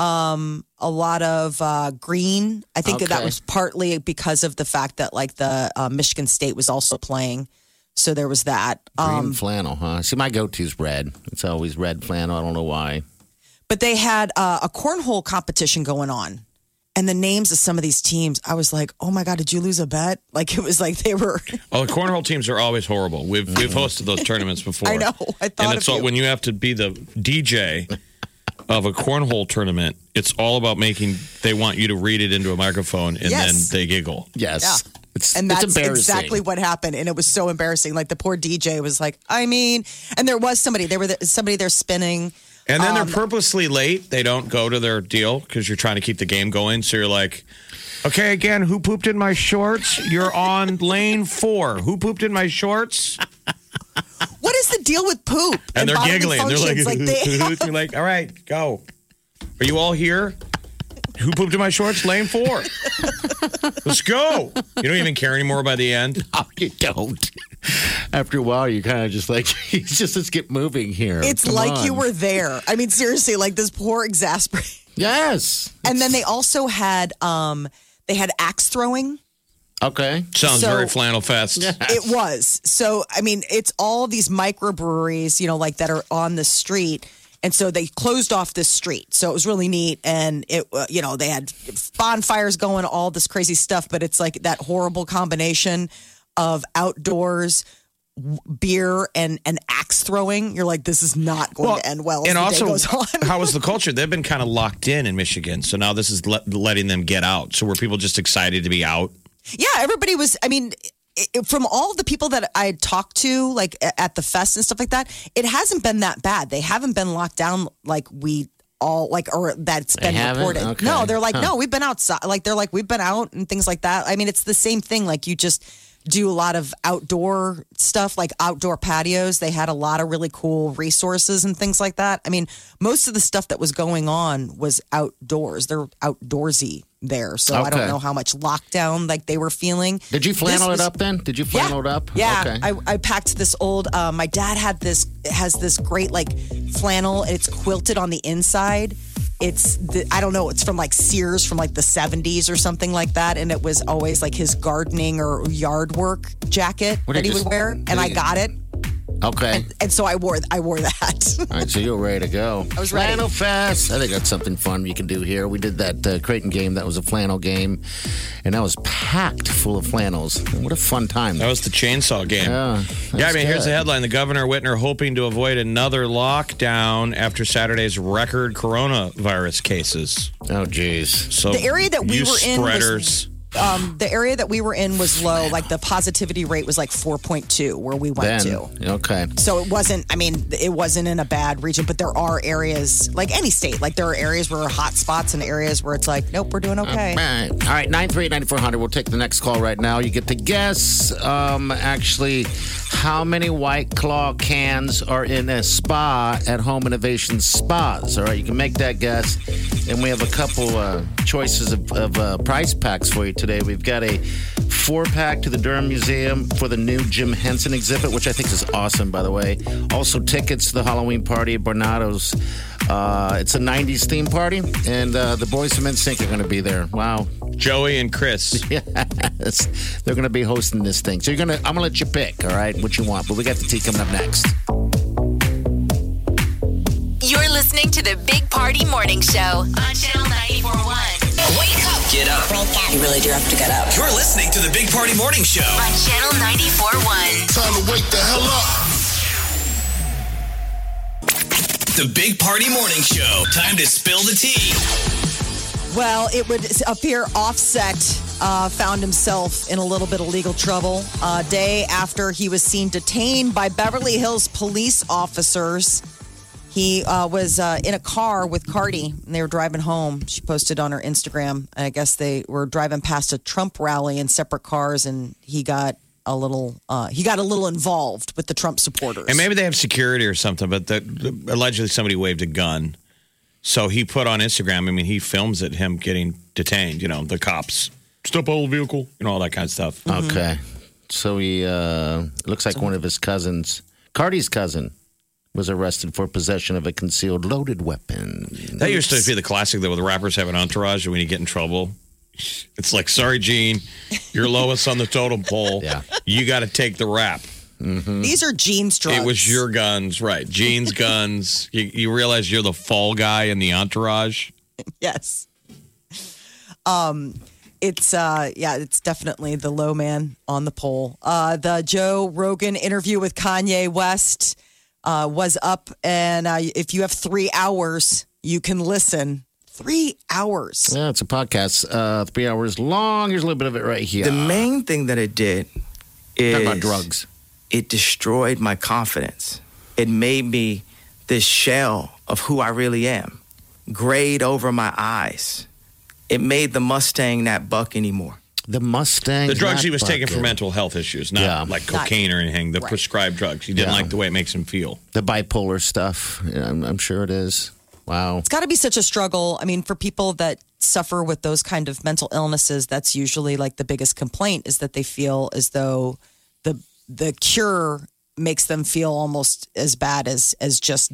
[SPEAKER 3] um, a lot of uh, green. I think that that
[SPEAKER 1] Okay.
[SPEAKER 3] was partly because of the fact that like the uh, Michigan State was also playing, so there was that.
[SPEAKER 1] Green
[SPEAKER 3] Um,
[SPEAKER 1] flannel, huh? See, my go-to's red. It's always red flannel. I don't know why.
[SPEAKER 3] but they had uh, a cornhole competition going on and the names of some of these teams i was like oh my god did you lose a bet like it was like they were
[SPEAKER 2] Oh, the cornhole teams are always horrible. We've we've
[SPEAKER 1] Mm-hmm.
[SPEAKER 2] hosted those tournaments before.
[SPEAKER 3] I know. I thought
[SPEAKER 2] and it's
[SPEAKER 3] of
[SPEAKER 2] all
[SPEAKER 3] you.
[SPEAKER 2] when you have to be the DJ of a cornhole tournament. It's all about making. They want you to read it into a microphone, and
[SPEAKER 3] Yes.
[SPEAKER 2] then they giggle.
[SPEAKER 1] Yes,
[SPEAKER 3] Yeah.
[SPEAKER 1] it's
[SPEAKER 3] and
[SPEAKER 1] it's
[SPEAKER 3] that's
[SPEAKER 1] embarrassing.
[SPEAKER 3] exactly what happened and it was so embarrassing like the poor dj was like i mean and there was somebody there were there, somebody there spinning
[SPEAKER 2] And then
[SPEAKER 3] Um,
[SPEAKER 2] they're purposely late. They don't go to their deal because you're trying to keep the game going. So you're like, okay, again, who pooped in my shorts? You're on lane four. Who pooped in my shorts?
[SPEAKER 3] what is the deal with poop
[SPEAKER 2] And they're
[SPEAKER 3] bodily
[SPEAKER 2] giggling. They're like,
[SPEAKER 3] functions? they
[SPEAKER 2] you're like, all right, go. Are you all here? Who pooped in my shorts? Lane four. Let's go. You don't even care anymore by the end.
[SPEAKER 1] No, you don't. After a while, you're kind of just like, "It's just let's get moving here.
[SPEAKER 3] It's
[SPEAKER 1] Come
[SPEAKER 3] like
[SPEAKER 1] on."
[SPEAKER 3] you were there. I mean, seriously, like this poor exasperated.
[SPEAKER 1] Yes.
[SPEAKER 3] And then they also had um they had axe throwing.
[SPEAKER 1] Okay.
[SPEAKER 2] Sounds
[SPEAKER 3] So-
[SPEAKER 2] very flannel fest.
[SPEAKER 3] It was. So, I mean, it's all these microbreweries, you know, like that are on the street. And so they closed off this street. So it was really neat. And it, uh, you know, they had bonfires going, all this crazy stuff. But it's like that horrible combination of outdoors, w- beer, and, and axe throwing. You're like, this is not going to end well. as
[SPEAKER 2] and
[SPEAKER 3] the
[SPEAKER 2] also,
[SPEAKER 3] day goes on.
[SPEAKER 2] how is the culture? They've been kind of locked in in Michigan, so now this is let, letting them get out. So were people just excited to be out?
[SPEAKER 3] Yeah, everybody was. I mean, it, it- from all the people that I had talked to, like a- at the fest and stuff like that, it hasn't been that bad. They haven't been locked down like we all like, or that's been
[SPEAKER 1] haven't?
[SPEAKER 3] reported.
[SPEAKER 1] Okay.
[SPEAKER 3] No, they're like,
[SPEAKER 1] Huh.
[SPEAKER 3] no, we've been outside. Like they're like, we've been out and things like that. I mean, it's the same thing. Like you just do a lot of outdoor stuff, like outdoor patios. They had a lot of really cool resources and things like that. I mean, most of the stuff that was going on was outdoors. They're outdoorsy there. So I don't
[SPEAKER 1] Okay.
[SPEAKER 3] know how much lockdown like they were feeling.
[SPEAKER 1] Did you flannel
[SPEAKER 3] This was-
[SPEAKER 1] it up then? Did you
[SPEAKER 3] Yeah,
[SPEAKER 1] flannel it up?
[SPEAKER 3] yeah.
[SPEAKER 1] Okay.
[SPEAKER 3] I, I packed this old. Uh, my dad had this has this great like flannel. and It's quilted on the inside. It's the, I don't know. It's from like Sears from like the seventies or something like that. And it was always like his gardening or yard work jacket
[SPEAKER 1] What did
[SPEAKER 3] that he
[SPEAKER 1] you
[SPEAKER 3] would
[SPEAKER 1] just-
[SPEAKER 3] wear. And I got it.
[SPEAKER 1] okay.
[SPEAKER 3] And so I wore I wore that.
[SPEAKER 1] All right, so you're ready to go. I
[SPEAKER 3] was ready.
[SPEAKER 1] Flannel Fest. I think that's something fun you can do here. We did that uh, Creighton game. That was a flannel game, and that was packed full of flannels. What a fun time!
[SPEAKER 2] That was the chainsaw game.
[SPEAKER 1] Yeah,
[SPEAKER 2] Yeah, I
[SPEAKER 1] that's
[SPEAKER 2] mean, here's the
[SPEAKER 1] good.
[SPEAKER 2] headline. The governor Whitner hoping to avoid another lockdown after Saturday's record coronavirus cases.
[SPEAKER 1] Oh, jeez.
[SPEAKER 2] So
[SPEAKER 3] The area that we
[SPEAKER 2] you
[SPEAKER 3] were in was-
[SPEAKER 2] spreaders.
[SPEAKER 3] Um, the area that we were in was low. Like the positivity rate was like four point two where we went
[SPEAKER 1] Then
[SPEAKER 3] to.
[SPEAKER 1] okay.
[SPEAKER 3] So it wasn't, I mean, it wasn't in a bad region, but there are areas, like any state, like there are areas where are hot spots and areas where it's like, nope, we're doing okay.
[SPEAKER 1] All right. All right, 938-9400. We'll take the next call right now. You get to guess, um, actually, how many White Claw cans are in a spa at Home Innovation Spas. All right, you can make that guess. And we have a couple uh, choices of, of uh, price packs for you today. We've got a four-pack to the Durham Museum for the new Jim Henson exhibit, which I think is awesome, by the way. Also, tickets to the Halloween party at Barnado's. Uh, it's a 90s theme party, and uh, the boys from NSYNC are going to be there. Wow.
[SPEAKER 2] Joey and Chris.
[SPEAKER 1] Yes. They're going to be hosting this thing. So you're going to, I'm going to let you pick, all right, what you want. But we got the tea coming up next.
[SPEAKER 2] Mm-hmm.
[SPEAKER 4] You're listening to the Big Party Morning Show on Channel 941. Wake up
[SPEAKER 5] Get up.
[SPEAKER 6] You really do have to get up.
[SPEAKER 5] You're listening to the Big Party Morning Show.
[SPEAKER 4] on Channel 941.
[SPEAKER 9] Time to wake the hell up.
[SPEAKER 5] The Big Party Morning Show. Time to spill the tea.
[SPEAKER 3] Well, it would appear Offset uh, found himself in a little bit of legal trouble uh, day after he was seen detained by Beverly Hills police officers. He uh, was uh, in a car with Cardi, and they were driving home. She posted on her Instagram. I guess they were driving past a Trump rally in separate cars, and he got a little uh, he got a little involved with the Trump supporters.
[SPEAKER 2] And maybe they have security or something, but the, the- allegedly somebody waved a gun. So he put on Instagram, I mean, he films it, him getting detained, you know, the cops. Step out of the vehicle, you know, all that kind of stuff.
[SPEAKER 1] Okay. So he, uh, looks like one of his cousins, Cardi's cousin, was arrested for possession of a concealed loaded weapon.
[SPEAKER 2] That used to be the classic though, with rappers have an entourage, and when you get in trouble, it's like, "Sorry, Gene, you're lowest on the totem pole.
[SPEAKER 1] Yeah.
[SPEAKER 2] You got to take the rap.
[SPEAKER 3] Mm-hmm. These are jeans drugs.
[SPEAKER 2] It was your guns, right? Gene's guns. You, you realize you're the fall guy in the entourage.
[SPEAKER 3] yes. Um, it's uh, yeah, it's definitely the low man on the pole. Uh, the Joe Rogan interview with Kanye West uh, was up, and uh, if you have three hours, you can listen. Three hours.
[SPEAKER 1] Yeah, it's a podcast, uh, three hours long. Here's a little bit of it right here.
[SPEAKER 7] The main thing that it did is
[SPEAKER 1] Talking about drugs.
[SPEAKER 7] It destroyed my confidence. It made me this shell of who I really am, grayed over my eyes. It made the Mustang not buck anymore.
[SPEAKER 1] The Mustang.
[SPEAKER 2] The drugs he was taking for mental health issues, not
[SPEAKER 1] Yeah.
[SPEAKER 2] like cocaine or anything. The prescribed drugs. He didn't
[SPEAKER 1] Yeah.
[SPEAKER 2] like the way it makes him feel.
[SPEAKER 1] The bipolar stuff. Yeah, I'm, I'm sure it is. Wow.
[SPEAKER 3] It's got to be such a struggle. I mean, for people that suffer with those kind of mental illnesses, that's usually like the biggest complaint is that they feel as though the the cure makes them feel almost as bad as as just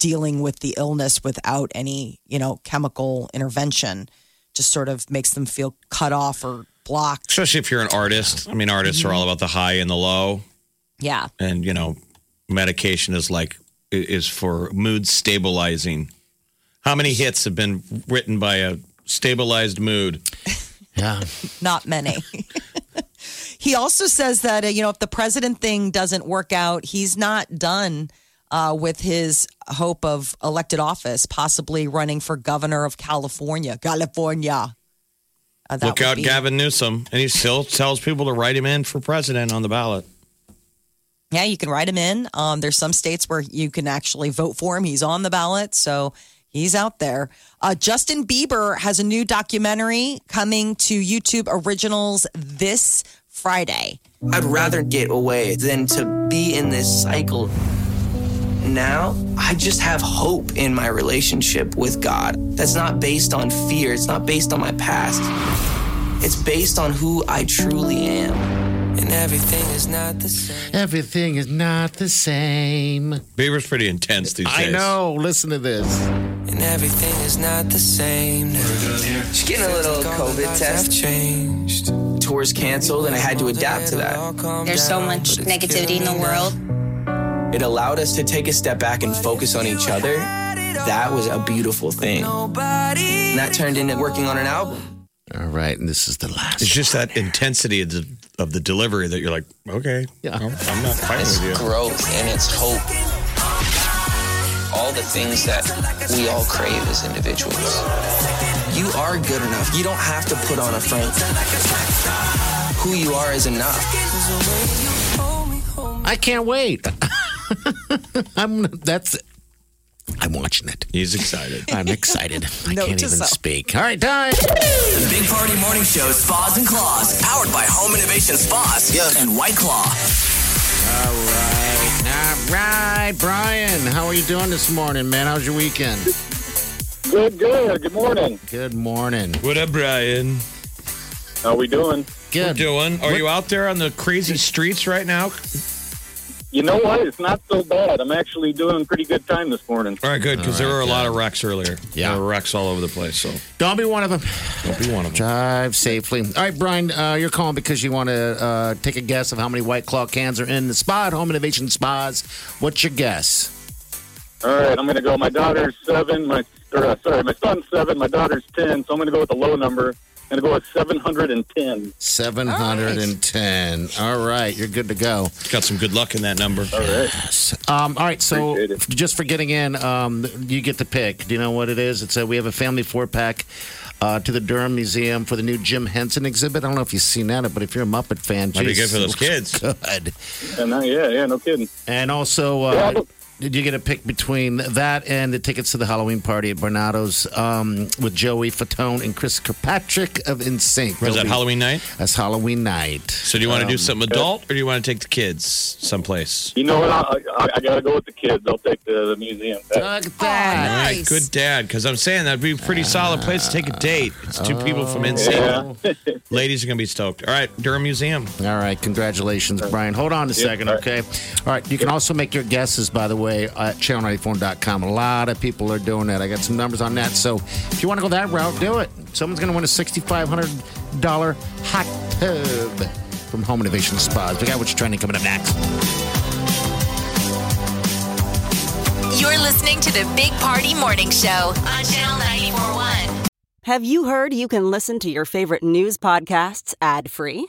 [SPEAKER 3] dealing with the illness without any, you know, chemical intervention. Just sort of makes them feel cut off or blocked.
[SPEAKER 2] Especially if you're an artist. I mean, artists
[SPEAKER 3] Mm-hmm.
[SPEAKER 2] are all about the high and the low.
[SPEAKER 3] Yeah.
[SPEAKER 2] and you know medication is like i- is for mood stabilizing how many hits have been written by a stabilized mood
[SPEAKER 1] Yeah.
[SPEAKER 3] not many. he also says that uh, you know if the president thing doesn't work out, he's not done uh, with his hope of elected office, possibly running for governor of California. California. Uh, that
[SPEAKER 2] look
[SPEAKER 3] would
[SPEAKER 2] out
[SPEAKER 3] be-
[SPEAKER 2] gavin newsom and he still tells people to write him in for president on the ballot
[SPEAKER 3] Yeah, you can write him in. Um, there's some states where you can actually vote for him. He's on the ballot, so he's out there. Uh, Justin Bieber has a new documentary coming to YouTube Originals this Friday.
[SPEAKER 7] I'd rather get away than to be in this cycle. Now, I just have hope in my relationship with God. That's not based on fear, it's not based on my past. It's based on who I truly am.
[SPEAKER 6] And everything is not the same.
[SPEAKER 1] Everything is not the same.
[SPEAKER 2] bieber's pretty intense these
[SPEAKER 1] I
[SPEAKER 2] days
[SPEAKER 1] know. Listen to this.
[SPEAKER 6] And everything is not the same.
[SPEAKER 7] Just getting a little COVID test.
[SPEAKER 6] changed.
[SPEAKER 7] Tours canceled, and I had to adapt to that.
[SPEAKER 8] There's so much negativity in the world.
[SPEAKER 7] It allowed us to take a step back and focus on each other. That was a beautiful thing.
[SPEAKER 6] Nobody.
[SPEAKER 7] And that turned into working on an album.
[SPEAKER 1] All right. And this is the last.
[SPEAKER 2] it's just that intensity of the, of the delivery that you're like okay
[SPEAKER 1] Yeah.
[SPEAKER 2] i'm I'm not fighting
[SPEAKER 9] It's
[SPEAKER 2] with you
[SPEAKER 9] growth and it's hope. All the things that we all crave as individuals.
[SPEAKER 7] You are good enough. You don't have to put on a front. Who you are is enough.
[SPEAKER 1] I can't wait. I'm. That's. I'm watching it.
[SPEAKER 2] he's excited
[SPEAKER 1] I'm excited. I
[SPEAKER 3] Note
[SPEAKER 1] can't
[SPEAKER 3] to
[SPEAKER 1] even
[SPEAKER 3] self.
[SPEAKER 1] speak. All right, time.
[SPEAKER 5] The Big Party Morning Show, Spas and Claws, powered by Home Innovation Spas and White Claw.
[SPEAKER 1] All right. All right, Brian. How are you doing this morning, man? How's your weekend?
[SPEAKER 10] Good, good. Good morning.
[SPEAKER 1] Good morning.
[SPEAKER 2] what up brian
[SPEAKER 10] How we doing?
[SPEAKER 2] We're
[SPEAKER 1] Good.
[SPEAKER 2] doing are you out there on the crazy streets right now
[SPEAKER 10] You know what? It's not so bad. I'm actually doing pretty good time this morning.
[SPEAKER 2] all right good because there
[SPEAKER 1] right,
[SPEAKER 2] were a
[SPEAKER 1] good.
[SPEAKER 2] lot of wrecks earlier
[SPEAKER 1] Yeah.
[SPEAKER 2] there were wrecks all over the place so
[SPEAKER 1] Don't be one of them.
[SPEAKER 2] don't be one of them
[SPEAKER 1] Drive safely. All right, Brian, uh, you're calling because you want to uh, take a guess of how many White Claw cans are in the spa at Home Innovation Spas. What's your guess?
[SPEAKER 10] All right, I'm going to go. My daughter's seven. My or, uh, sorry, my son's seven. My daughter's ten. So I'm going to go with the low number. I'm going to go with 710.
[SPEAKER 1] 710. All right, you're good to go.
[SPEAKER 2] Got some good luck in that number.
[SPEAKER 10] All right.
[SPEAKER 1] Um, all right, so
[SPEAKER 10] Appreciate it.
[SPEAKER 1] f- just for getting in, um, you get to pick. Do you know what it is? It's a, we have a family four pack uh, to the Durham Museum for the new Jim Henson exhibit. I don't know if you've seen that, but if you're a Muppet fan,
[SPEAKER 2] Might be
[SPEAKER 1] geez,
[SPEAKER 2] good for those kids.
[SPEAKER 1] Good.
[SPEAKER 10] And uh, yeah, yeah, no kidding.
[SPEAKER 1] And also,
[SPEAKER 10] Yeah,
[SPEAKER 1] uh,
[SPEAKER 10] but-
[SPEAKER 1] did you get a pick between that and the tickets to the Halloween party at Bernardo's um, with Joey Fatone and Chris Kirkpatrick of NSYNC?
[SPEAKER 2] Was
[SPEAKER 1] They'll
[SPEAKER 2] that
[SPEAKER 1] be-
[SPEAKER 2] Halloween night?
[SPEAKER 1] That's Halloween night. Um,
[SPEAKER 2] So do you want to do something adult or do you want to take the kids someplace?
[SPEAKER 10] Um, You know what? I, I, I got to go with the kids. I'll take the, the museum.
[SPEAKER 1] Look at that.
[SPEAKER 2] All right,
[SPEAKER 3] Nice.
[SPEAKER 2] good dad. Because I'm saying that'd be a pretty solid place to take a date. It's two people from NSYNC. Ladies are gonna be stoked. All right, Durham Museum.
[SPEAKER 1] All right, congratulations, Brian. Hold on a second, okay? All right, you can also make your guesses, by the way, at channel94.com. A lot of people are doing that. I got some numbers on that. So if you want to go that route, do it. Someone's going to win a $6,500 hot tub from Home Innovation Spas. We got what's trending coming up next.
[SPEAKER 4] You're listening to the Big Party Morning Show on Channel 941.
[SPEAKER 11] Have you heard you can listen to your favorite news podcasts ad free?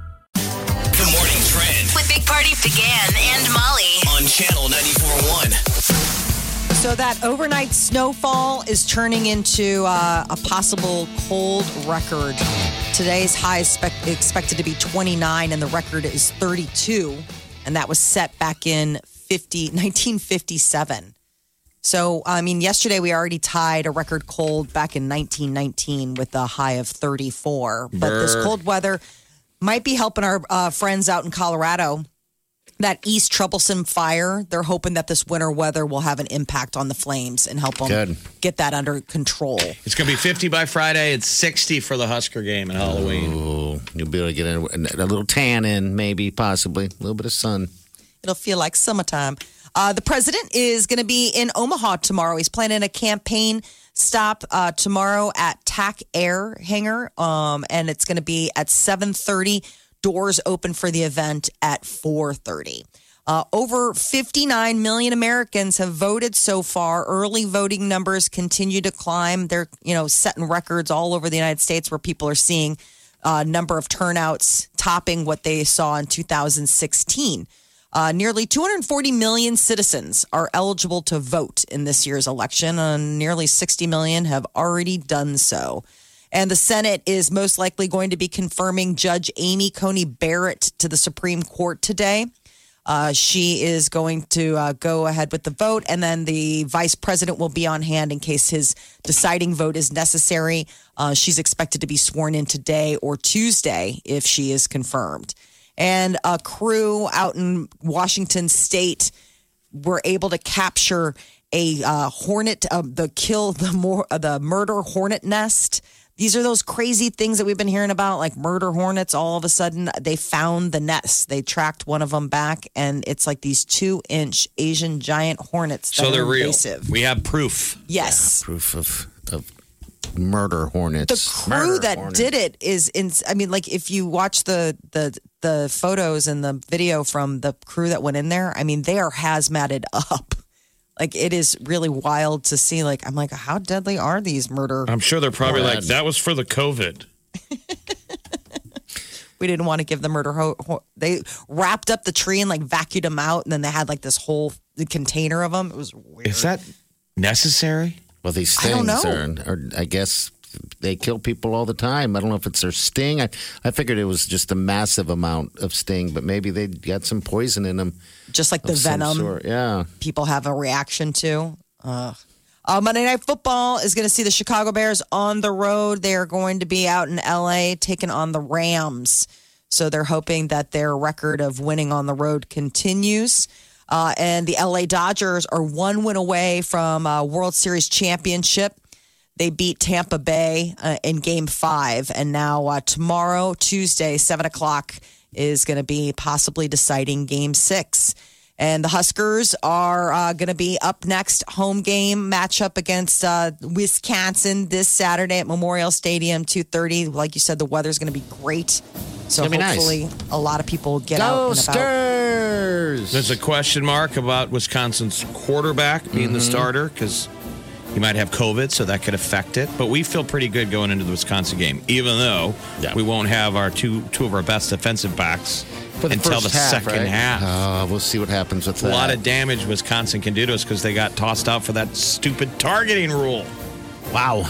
[SPEAKER 5] The morning trend
[SPEAKER 4] With Big Party began and Molly.
[SPEAKER 5] on channel 94.1.
[SPEAKER 3] So that overnight snowfall is turning into uh, a possible cold record. Today's high is spec- expected to be 29, and the record is 32, and that was set back in 50, 1957. So, I mean, yesterday we already tied a record cold back in 1919 with a high of 34. But this
[SPEAKER 12] Brr.
[SPEAKER 3] cold weather might be helping our uh, friends out in Colorado that east troublesome fire they're hoping that this winter weather will have an impact on the flames and help them
[SPEAKER 2] Good.
[SPEAKER 3] get that under control
[SPEAKER 2] It's going to be 50 by Friday. It's 60 for the Husker game in Halloween.
[SPEAKER 1] Ooh, you'll be able to get in, a little tan in, maybe, possibly. A little bit of sun.
[SPEAKER 3] it'll feel like summertime uh, the president is going to be in omaha tomorrow he's planning a campaign stop uh, tomorrow at tac air hangar um, and it's going to be at 7.30 doors open for the event at 4.30 Uh, over 59 million Americans have voted so far. Early voting numbers continue to climb. They're you know setting records all over the United States where people are seeing uh, number of turnouts topping what they saw in 2016. Uh, nearly 240 million citizens are eligible to vote in this year's election, and nearly 60 million have already done so. And the Senate is most likely going to be confirming Judge Amy Coney Barrett to the Supreme Court today. Uh, she is going to uh, go ahead with the vote, and then the vice president will be on hand in case his deciding vote is necessary. Uh, she's expected to be sworn in today or Tuesday if she is confirmed. And a crew out in Washington state were able to capture a uh, hornet, uh, the kill, the more, uh, the murder hornet nest. These are those crazy things that we've been hearing about, like murder hornets. All of a sudden, they found the nest. They tracked one of them back, and it's like these two-inch Asian giant hornets. that
[SPEAKER 2] So
[SPEAKER 3] are
[SPEAKER 2] they're real.
[SPEAKER 3] invasive.
[SPEAKER 2] We have proof.
[SPEAKER 3] Yes.
[SPEAKER 1] Proof of, of murder hornets.
[SPEAKER 3] crew that did it is in i mean like if you watch the the the photos and the video from the crew that went in there i mean they are hazmated up like it is really wild to see like i'm like how deadly are these murder
[SPEAKER 2] I'm sure they're probably like,
[SPEAKER 3] Brad.
[SPEAKER 2] that was for the COVID.
[SPEAKER 3] we didn't want to give the murder ho- ho- they wrapped up the tree and like vacuumed them out and then they had like this whole container of them it was weird
[SPEAKER 2] Is that necessary?
[SPEAKER 1] Well, these
[SPEAKER 3] I don't
[SPEAKER 1] things are, are, I guess, they kill people all the time. I don't know if it's their sting. I, I figured it was just a massive amount of sting, but maybe they got some poison in them.
[SPEAKER 3] Just like the venom.
[SPEAKER 1] Yeah.
[SPEAKER 3] people have a reaction to. Ugh. Uh, Monday Night Football is going to see the Chicago Bears on the road. They are going to be out in LA taking on the Rams. So they're hoping that their record of winning on the road continues. Uh, and the LA Dodgers are one win away from a World Series championship. They beat Tampa Bay uh, in game five. And now, uh, tomorrow, Tuesday, seven o'clock, is going to be possibly deciding game six. And the Huskers are uh, going to be up next home game matchup against uh, Wisconsin this Saturday at Memorial Stadium, two thirty. Like you said, the weather's going to be great, so
[SPEAKER 1] Gonna be nice.
[SPEAKER 3] hopefully a lot of people get out
[SPEAKER 1] Go
[SPEAKER 3] and about.
[SPEAKER 1] Skers!
[SPEAKER 2] There's a question mark about Wisconsin's quarterback being
[SPEAKER 1] Mm-hmm.
[SPEAKER 2] the starter because he might have COVID, so that could affect it. But we feel pretty good going into the Wisconsin game, even though we won't have our two two of our best defensive backs
[SPEAKER 1] For the
[SPEAKER 2] until the
[SPEAKER 1] first half,
[SPEAKER 2] second
[SPEAKER 1] right?
[SPEAKER 2] half.
[SPEAKER 1] Uh, we'll see what happens with
[SPEAKER 2] a
[SPEAKER 1] that.
[SPEAKER 2] lot of damage Wisconsin can do to us because they got tossed out for that stupid targeting rule.
[SPEAKER 1] Wow.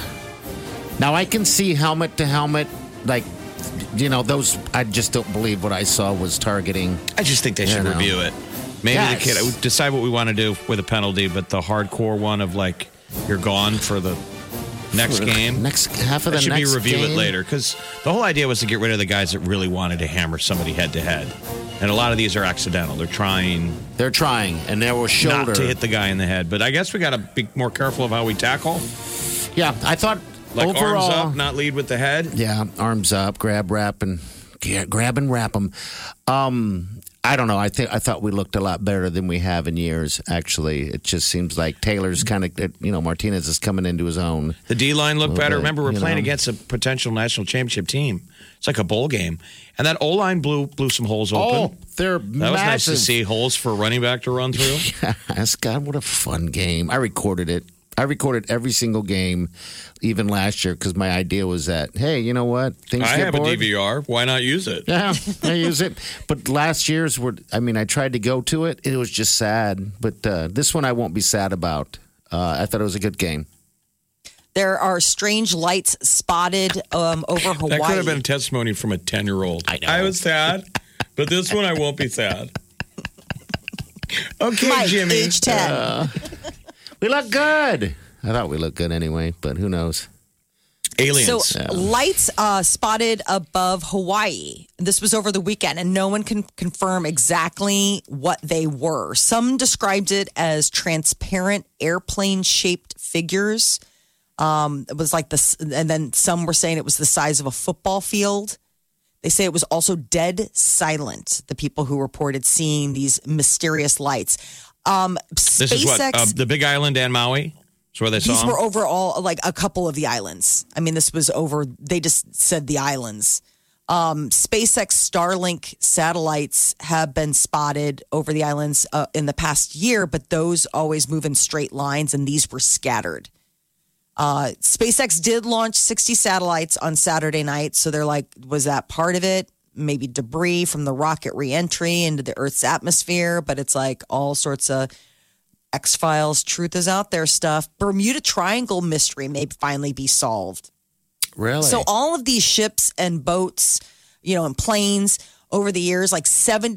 [SPEAKER 1] Now I can see helmet to helmet, like you know those. I just don't believe what I saw was targeting.
[SPEAKER 2] I just think they should review it. Maybe
[SPEAKER 1] Yes.
[SPEAKER 2] the kid decide what we want to do with a penalty, but the hardcore one of like you're gone for the next
[SPEAKER 1] For the
[SPEAKER 2] game,
[SPEAKER 1] next half of the
[SPEAKER 2] That should
[SPEAKER 1] next
[SPEAKER 2] be review it
[SPEAKER 1] game.
[SPEAKER 2] later because the whole idea was to get rid of the guys that really wanted to hammer somebody head to head, and a lot of these are accidental. They're trying.
[SPEAKER 1] They're trying, and there was shoulder.
[SPEAKER 2] not to hit the guy in the head, but I guess we got to be more careful of how we tackle.
[SPEAKER 1] Yeah, I thought
[SPEAKER 2] like
[SPEAKER 1] overall.
[SPEAKER 2] arms up, not lead with the head.
[SPEAKER 1] Yeah, arms up, grab wrap, and yeah, grab and wrap them. Um, I don't know. I think I thought we looked a lot better than we have in years. Actually, it just seems like Taylor's kind of you know Martinez is coming into his own.
[SPEAKER 2] The D line looked
[SPEAKER 1] Little
[SPEAKER 2] better.
[SPEAKER 1] bit,
[SPEAKER 2] Remember, we're
[SPEAKER 1] you
[SPEAKER 2] playing
[SPEAKER 1] know.
[SPEAKER 2] against a potential national championship team. It's like a bowl game, and that O line blew blew some holes open.
[SPEAKER 1] Oh, they're
[SPEAKER 2] that was nice to
[SPEAKER 1] massive.
[SPEAKER 2] see holes for a running back to run through.
[SPEAKER 1] Yes, God, what a fun game. I recorded it. I recorded every single game, even last year, because my idea was that, hey, you know what? Things
[SPEAKER 2] I
[SPEAKER 1] get
[SPEAKER 2] have
[SPEAKER 1] bored.
[SPEAKER 2] a DVR. Why not use it?
[SPEAKER 1] Yeah, I use it. But last year's were, I mean, I tried to go to it. It was just sad. But uh, this one I won't be sad about. Uh, I thought it was a good game.
[SPEAKER 3] There are strange lights spotted um, over Hawaii.
[SPEAKER 2] That could have been a testimony from a ten year old. I know. I was sad, but this one I won't be sad. Okay,
[SPEAKER 3] Mike,
[SPEAKER 2] Jimmy.
[SPEAKER 3] age 10.
[SPEAKER 1] Uh, we look good. I thought we looked good anyway, but who knows?
[SPEAKER 2] Aliens.
[SPEAKER 3] So
[SPEAKER 1] Yeah.
[SPEAKER 3] lights uh, spotted above Hawaii. This was over the weekend, and no one can confirm exactly what they were. Some described it as transparent airplane-shaped figures. Um, it was like this, and then some were saying it was the size of a football field. They say it was also dead silent. The people who reported seeing these mysterious lights. Um,
[SPEAKER 2] This
[SPEAKER 3] SpaceX.
[SPEAKER 2] is what uh, the Big Island and Maui. Is where they saw
[SPEAKER 3] These
[SPEAKER 2] them.
[SPEAKER 3] were overall like a couple of the islands. I mean, this was over. They just said the islands. Um, SpaceX Starlink satellites have been spotted over the islands uh, in the past year, but those always move in straight lines, and these were scattered. Uh, SpaceX did launch 60 satellites on Saturday night, so they're like, was that part of it? Maybe debris from the rocket reentry into the Earth's atmosphere, but it's like all sorts of X Files, Truth is Out There stuff. Bermuda Triangle mystery may finally be solved.
[SPEAKER 1] Really?
[SPEAKER 3] So all of these ships and boats, you know, and planes over the years, like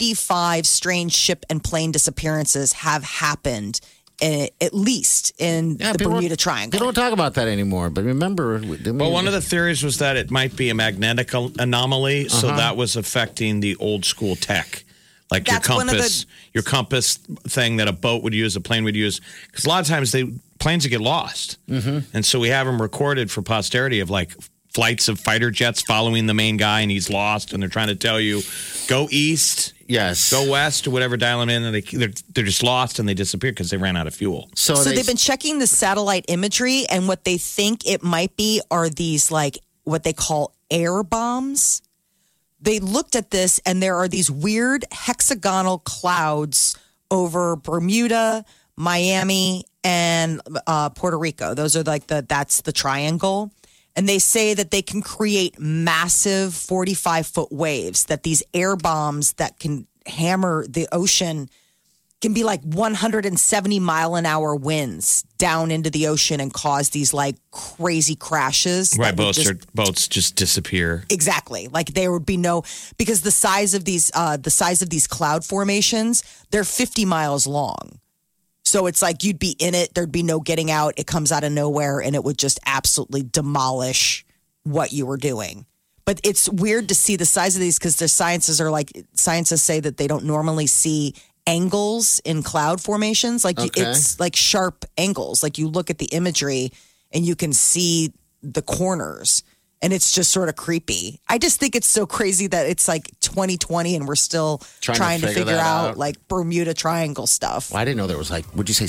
[SPEAKER 3] 75 strange ship and plane disappearances have happened, eh, at least in the
[SPEAKER 1] people-
[SPEAKER 3] Bermuda Triangle.
[SPEAKER 1] People don't talk about that anymore. But remember,
[SPEAKER 2] Well, one of the theories was that it might be a magnetic al- anomaly, so
[SPEAKER 1] Uh-huh.
[SPEAKER 2] that was affecting the old school tech, like
[SPEAKER 3] That's
[SPEAKER 2] your
[SPEAKER 3] one of the-
[SPEAKER 2] compass, your compass thing that a boat would use, a plane would use, because a lot of times they planes would get lost, mm-hmm. and so we have them recorded for posterity of like flights of fighter jets following the main guy, and he's lost, and they're trying to tell you go east.
[SPEAKER 1] Yes.
[SPEAKER 2] Go west or whatever, dial them in, and they, they're, they're just lost and they disappear because they ran out of fuel.
[SPEAKER 1] So,
[SPEAKER 3] so
[SPEAKER 1] they-
[SPEAKER 3] they've been checking the satellite imagery, and what they think it might be are these like what they call air bombs. They looked at this, and there are these weird hexagonal clouds over Bermuda, Miami, and uh, Puerto Rico. Those are like the that's the triangle. And they say that they can create massive 45 foot waves, that these air bombs that can hammer the ocean can be like 170 mile an hour winds down into the ocean and cause these like crazy crashes.
[SPEAKER 2] Right,
[SPEAKER 3] that would
[SPEAKER 2] boats,
[SPEAKER 3] just-
[SPEAKER 2] are, boats just disappear.
[SPEAKER 3] Exactly. Like there would be no because the size of these uh the size of these cloud formations, they're 50 miles long. So it's like you'd be in it, there'd be no getting out. It comes out of nowhere and it would just absolutely demolish what you were doing. But it's weird to see the size of these because the sciences are like scientists say that they don't normally see angles in cloud formations. Like you-
[SPEAKER 1] Okay.
[SPEAKER 3] it's like sharp angles. Like you look at the imagery and you can see the corners and it's just sort of creepy. I just think it's so crazy that it's like 2020 and we're still trying, to figure,
[SPEAKER 1] that
[SPEAKER 3] out,
[SPEAKER 1] out.
[SPEAKER 3] like Bermuda Triangle stuff.
[SPEAKER 1] Well, I didn't know there was like, would you say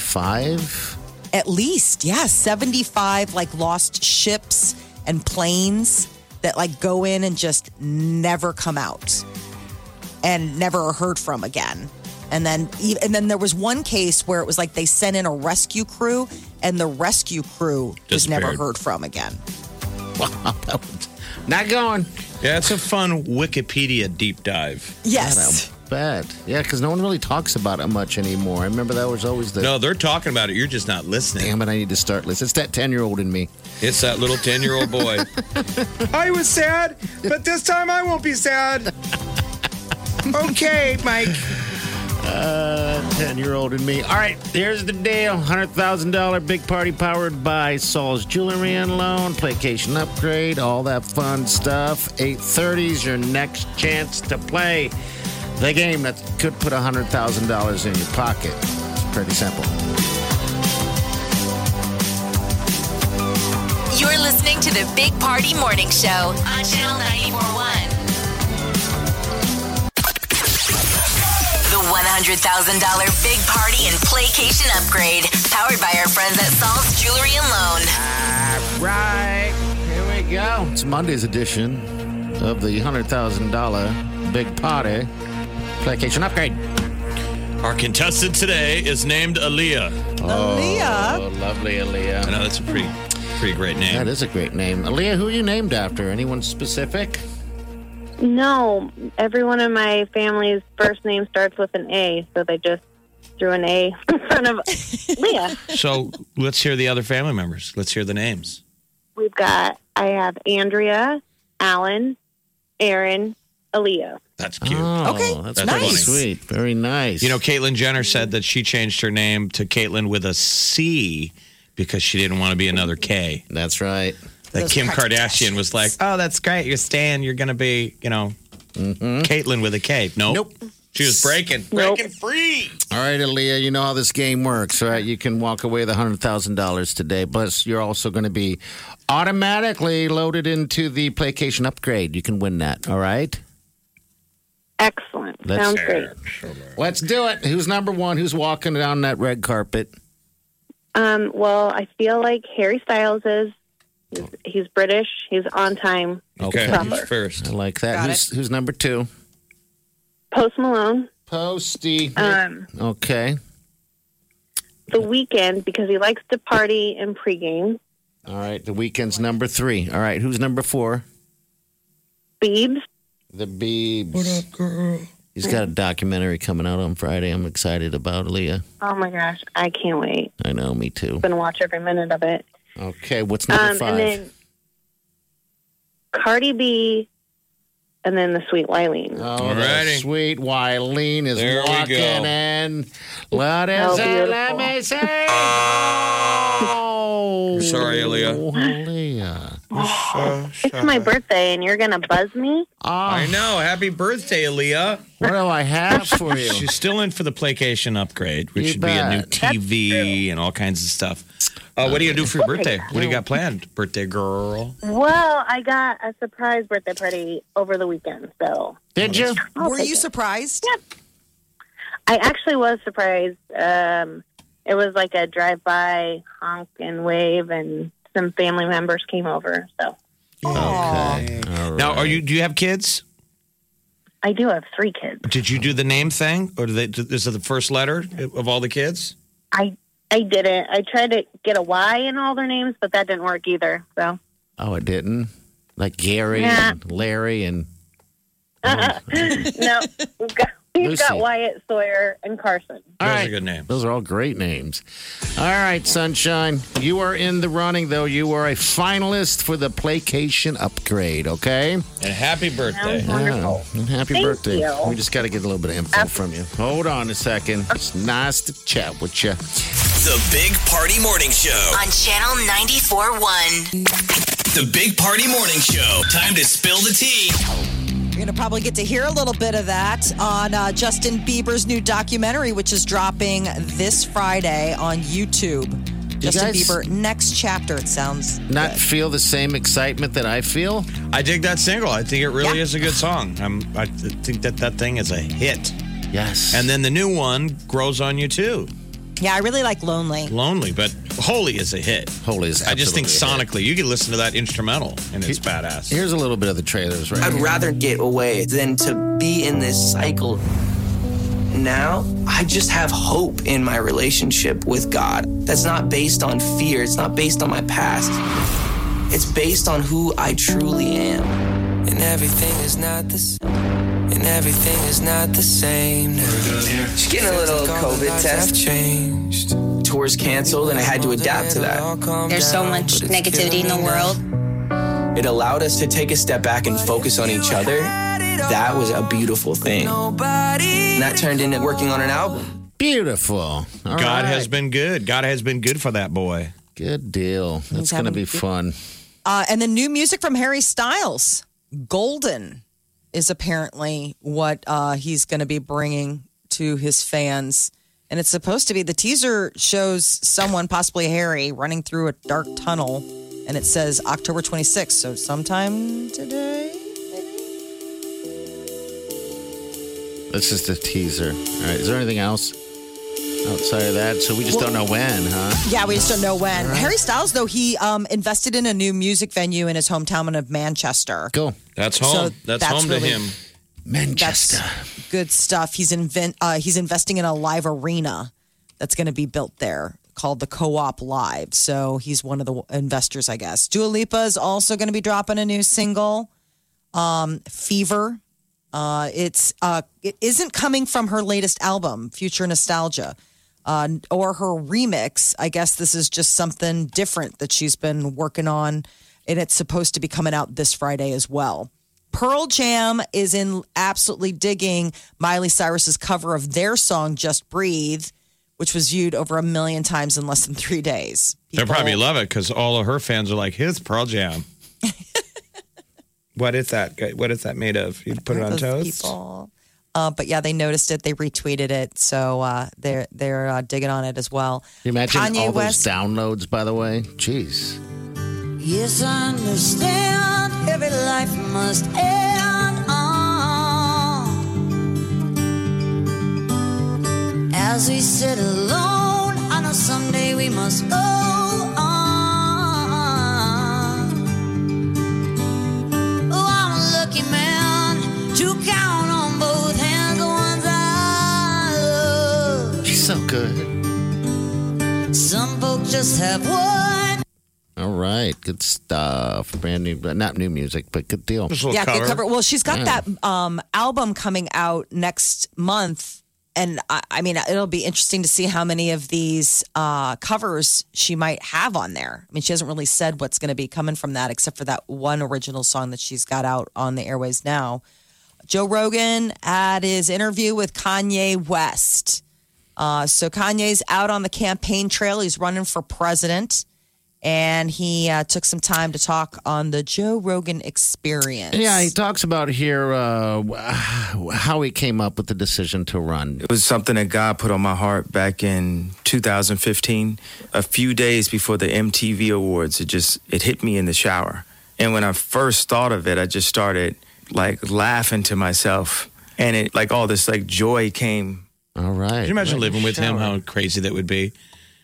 [SPEAKER 1] 75?
[SPEAKER 3] At least, yeah, 75 like lost ships and planes that like go in and just never come out and never are heard from again. And then e- and then there was one case where it was like they sent in a rescue crew and the rescue crew was never
[SPEAKER 2] Disappeared.
[SPEAKER 3] heard from again.
[SPEAKER 1] Wow, that was not going.
[SPEAKER 2] Yeah, it's a fun Wikipedia deep dive.
[SPEAKER 3] Yes.
[SPEAKER 1] Bad. Yeah, because no one really talks about it much anymore. I remember that was always the.
[SPEAKER 2] No, they're talking about it. You're just not listening.
[SPEAKER 1] Damn it, I need to start listening. It's that 10 year old in me.
[SPEAKER 2] It's that little 10 year old boy. I was sad, but this time I won't be sad. Okay, Mike.
[SPEAKER 1] 10 year old Uh, in me. All right, here's the deal $100,000 big party powered by Saul's Jewelry and Loan, Playcation Upgrade, all that fun stuff. 8.30 is your next chance to play the game that could put $100,000 in your pocket. It's pretty simple.
[SPEAKER 4] You're listening to the Big Party Morning Show on Channel 941. $100,000 big party and playcation upgrade. Powered by our friends at Saul's Jewelry and Loan.
[SPEAKER 1] Right. Here we go. It's Monday's edition of the $100,000 Big Party Playcation Upgrade.
[SPEAKER 2] Our contestant today is named Aaliyah.
[SPEAKER 1] Aaliyah? Oh, lovely Aaliyah.
[SPEAKER 2] I know that's a pretty, pretty great name.
[SPEAKER 1] That is a great name. Aaliyah, who are you named after? Anyone specific?
[SPEAKER 12] No, everyone in my family's first name starts with an A, so they just threw an A in front of Leah.
[SPEAKER 2] So let's hear the other family members. Let's hear the names.
[SPEAKER 12] We've got, I have Andrea, Alan, Aaron, Aaliyah.
[SPEAKER 2] That's cute.
[SPEAKER 1] okay,
[SPEAKER 2] that's nice.
[SPEAKER 1] Oh, pretty sweet. Very nice.
[SPEAKER 2] You know, Caitlyn Jenner said that she changed her name to Caitlyn with a C because she didn't want to be another K.
[SPEAKER 1] That's right.
[SPEAKER 2] That
[SPEAKER 13] Those
[SPEAKER 2] Kim
[SPEAKER 13] Kardashians.
[SPEAKER 2] Kardashian was like, "Oh, that's great. You're staying. You're going to be, you know,
[SPEAKER 1] Mm-hmm.
[SPEAKER 2] Caitlyn with a K." Nope. Nope. She was breaking, breaking free.
[SPEAKER 1] All right, Aaliyah, you know how this game works, right? You can walk away with $100,000 today, plus you're also going to be automatically loaded into the Playcation upgrade. You can win that, all right?
[SPEAKER 12] Excellent.
[SPEAKER 1] Let's-
[SPEAKER 12] Sounds great.
[SPEAKER 1] Let's do it. Who's number one? Who's walking down that red carpet?
[SPEAKER 12] Um, well, I feel like Harry Styles is. He's, he's British. He's on time. Proper.
[SPEAKER 2] first.
[SPEAKER 1] I like that.
[SPEAKER 12] Got
[SPEAKER 1] who's, who's number two?
[SPEAKER 12] Post Malone.
[SPEAKER 1] Posty.
[SPEAKER 12] Um,
[SPEAKER 1] Okay.
[SPEAKER 12] the weekend because he likes to party and pregame.
[SPEAKER 1] All right. The weekend's number three. All right. Who's number four?
[SPEAKER 12] Beebs.
[SPEAKER 1] The Beebs. What up, girl? He's got a documentary coming out on Friday. I'm excited about Aaliyah.
[SPEAKER 12] Oh my gosh, I can't wait.
[SPEAKER 1] I know, me too.
[SPEAKER 12] Been watch every minute of it.
[SPEAKER 1] Okay, what's number five?
[SPEAKER 12] Um, and then Cardi B, and then the Sweet Wileen.
[SPEAKER 1] Oh, the sweet Wileen is walking in. Let
[SPEAKER 12] How
[SPEAKER 1] us say, let
[SPEAKER 12] Oh, beautiful.
[SPEAKER 1] me say. Oh,
[SPEAKER 2] Sorry, Aaliyah.
[SPEAKER 1] Aaliyah.
[SPEAKER 12] it's my birthday, and you're gonna buzz me.
[SPEAKER 2] Oh, I know. Oh, Happy birthday, Aaliyah.
[SPEAKER 1] What do I have for you?
[SPEAKER 2] She's still in for the placation upgrade, which
[SPEAKER 1] You
[SPEAKER 2] should be a new
[SPEAKER 1] bet.
[SPEAKER 2] TV and all kinds of stuff. Uh, what do you do for your birthday? What do you got planned, birthday girl?
[SPEAKER 12] Well, I got a surprise birthday party over the weekend, so
[SPEAKER 1] Did you?
[SPEAKER 12] I'll
[SPEAKER 3] Were
[SPEAKER 12] take
[SPEAKER 3] you
[SPEAKER 12] it.
[SPEAKER 3] surprised?
[SPEAKER 12] I actually was surprised. Um, it was like a drive-by honk and wave, and some family members came over. So
[SPEAKER 2] Okay. Now, are you? Do you have kids?
[SPEAKER 12] I do have three kids.
[SPEAKER 2] Did you do the name thing, or do they, is it the first letter of all the kids?
[SPEAKER 12] I I didn't. I tried to get a Y in all their names, but that didn't work either. So
[SPEAKER 1] Oh, it didn't. Like Gary
[SPEAKER 12] Nah.
[SPEAKER 1] and Larry and
[SPEAKER 12] no, we've got we've
[SPEAKER 1] Lucy.
[SPEAKER 12] got Wyatt Sawyer and Carson.
[SPEAKER 1] All
[SPEAKER 2] Those
[SPEAKER 1] right.
[SPEAKER 2] are good names.
[SPEAKER 1] Those are all great names. All right, Sunshine. You are in the running, though. You are a finalist for the Playcation upgrade, okay?
[SPEAKER 2] And happy birthday.
[SPEAKER 1] Yeah. And happy
[SPEAKER 2] Thank
[SPEAKER 1] birthday.
[SPEAKER 2] you.
[SPEAKER 1] We just got to get a little bit of info from you. Hold on a second. It's nice to chat with you.
[SPEAKER 5] The Big Party Morning Show.
[SPEAKER 4] On Channel 94.1.
[SPEAKER 5] The Big Party Morning Show. Time to spill the tea.
[SPEAKER 3] You're going to probably get to hear a little bit of that on uh, Justin Bieber's new documentary, which is dropping this Friday on YouTube.
[SPEAKER 1] You
[SPEAKER 3] Justin
[SPEAKER 1] guys-
[SPEAKER 3] Bieber, next chapter, it sounds.
[SPEAKER 1] Not feel the same excitement that I feel?
[SPEAKER 2] I dig that single. I think it really is a good song. I'm, I th- think that that thing is a hit.
[SPEAKER 1] Yes.
[SPEAKER 2] And then the new one grows on you too.
[SPEAKER 3] Yeah, I really like Lonely.
[SPEAKER 2] Lonely, but Holy is a hit.
[SPEAKER 1] Holy is
[SPEAKER 2] I just think sonically, you can listen to that instrumental and it's badass.
[SPEAKER 1] Here's a little bit of the trailers right
[SPEAKER 5] I'd
[SPEAKER 1] here.
[SPEAKER 5] rather get away than to be in this cycle. Now, I just have hope in my relationship with God. That's not based on fear, it's not based on my past. It's based on who I truly am.
[SPEAKER 6] And everything is not the same. And everything is not the same. She's
[SPEAKER 5] getting a little COVID test.
[SPEAKER 6] Changed.
[SPEAKER 5] Tours canceled, and I had to adapt to that.
[SPEAKER 14] There's so much negativity in the world.
[SPEAKER 5] It allowed us to take a step back and focus on each other. That was a beautiful thing. And that turned into working on an album.
[SPEAKER 1] Beautiful. Oh, All right.
[SPEAKER 2] God has been good. God has been good for that boy.
[SPEAKER 1] Good deal. That's going to
[SPEAKER 3] having
[SPEAKER 1] be fun.
[SPEAKER 3] Uh, and the new music from Harry Styles, Golden, is apparently what uh, he's going to be bringing to his fans. And it's supposed to be the teaser shows someone, possibly Harry, running through a dark tunnel. And it says October 26th. So sometime today.
[SPEAKER 1] That's just a teaser. All right. Is there anything else outside of that? So we just don't know when, huh?
[SPEAKER 3] Yeah, we just don't know when.
[SPEAKER 1] All right.
[SPEAKER 3] Harry Styles, though, he um, invested in a new music venue in his hometown of Manchester.
[SPEAKER 1] Cool.
[SPEAKER 2] That's home.
[SPEAKER 3] So
[SPEAKER 2] that's,
[SPEAKER 3] that's
[SPEAKER 2] home to
[SPEAKER 3] really-
[SPEAKER 2] him.
[SPEAKER 1] Manchester.
[SPEAKER 3] Good stuff. He's invent. Uh, he's investing in a live arena that's going to be built there called the Co-op Live. So he's one of the investors, I guess. Dua Lipa is also going to be dropping a new single, um, Fever. Uh, it's uh, it isn't coming from her latest album, Future Nostalgia, uh, or her remix. I guess this is just something different that she's been working on, and it's supposed to be coming out this Friday as well. Pearl Jam is in absolutely digging Miley Cyrus's cover of their song "Just Breathe," which was viewed over a million times in less than three days.
[SPEAKER 2] They'll probably love it because all of her fans are like, "Here's Pearl Jam." what is that? What is that made of? You put it on
[SPEAKER 3] Those
[SPEAKER 2] toast.
[SPEAKER 3] people. Uh, but yeah, they noticed it. They retweeted it, so uh, they're they're uh, digging on it as well.
[SPEAKER 1] Can you imagine
[SPEAKER 3] Kanye
[SPEAKER 1] all
[SPEAKER 3] West.
[SPEAKER 1] those downloads, by the way? Jeez.
[SPEAKER 8] Yes, I understand every life must end on. As we sit alone, I know someday we must go on. Oh, I'm a lucky man to count on both hands the ones I love.
[SPEAKER 1] She's so good.
[SPEAKER 8] Some folks just have one.
[SPEAKER 1] All right. Good stuff. Brand new, not new music, but good deal.
[SPEAKER 3] yeah, good cover. Well, she's got
[SPEAKER 1] Yeah.
[SPEAKER 3] that um, album coming out next month, and I, I mean, it'll be interesting to see how many of these uh, covers she might have on there. I mean, she hasn't really said what's going to be coming from that, except for that one original song that she's got out on the airways now. Joe Rogan at his interview with Kanye West. Uh, so Kanye's out on the campaign trail. He's running for president. And he uh, took some time to talk on the Joe Rogan experience.
[SPEAKER 1] Yeah, he talks about here uh, how he came up with the decision to run.
[SPEAKER 13] It was something that God put on my heart back in 2015, a few days before the MTV Awards. It just it hit me in the shower. And when I first thought of it, I just started like laughing to myself. And it like all this like joy came.
[SPEAKER 1] All right.
[SPEAKER 2] Can you imagine living with him? How crazy that would be.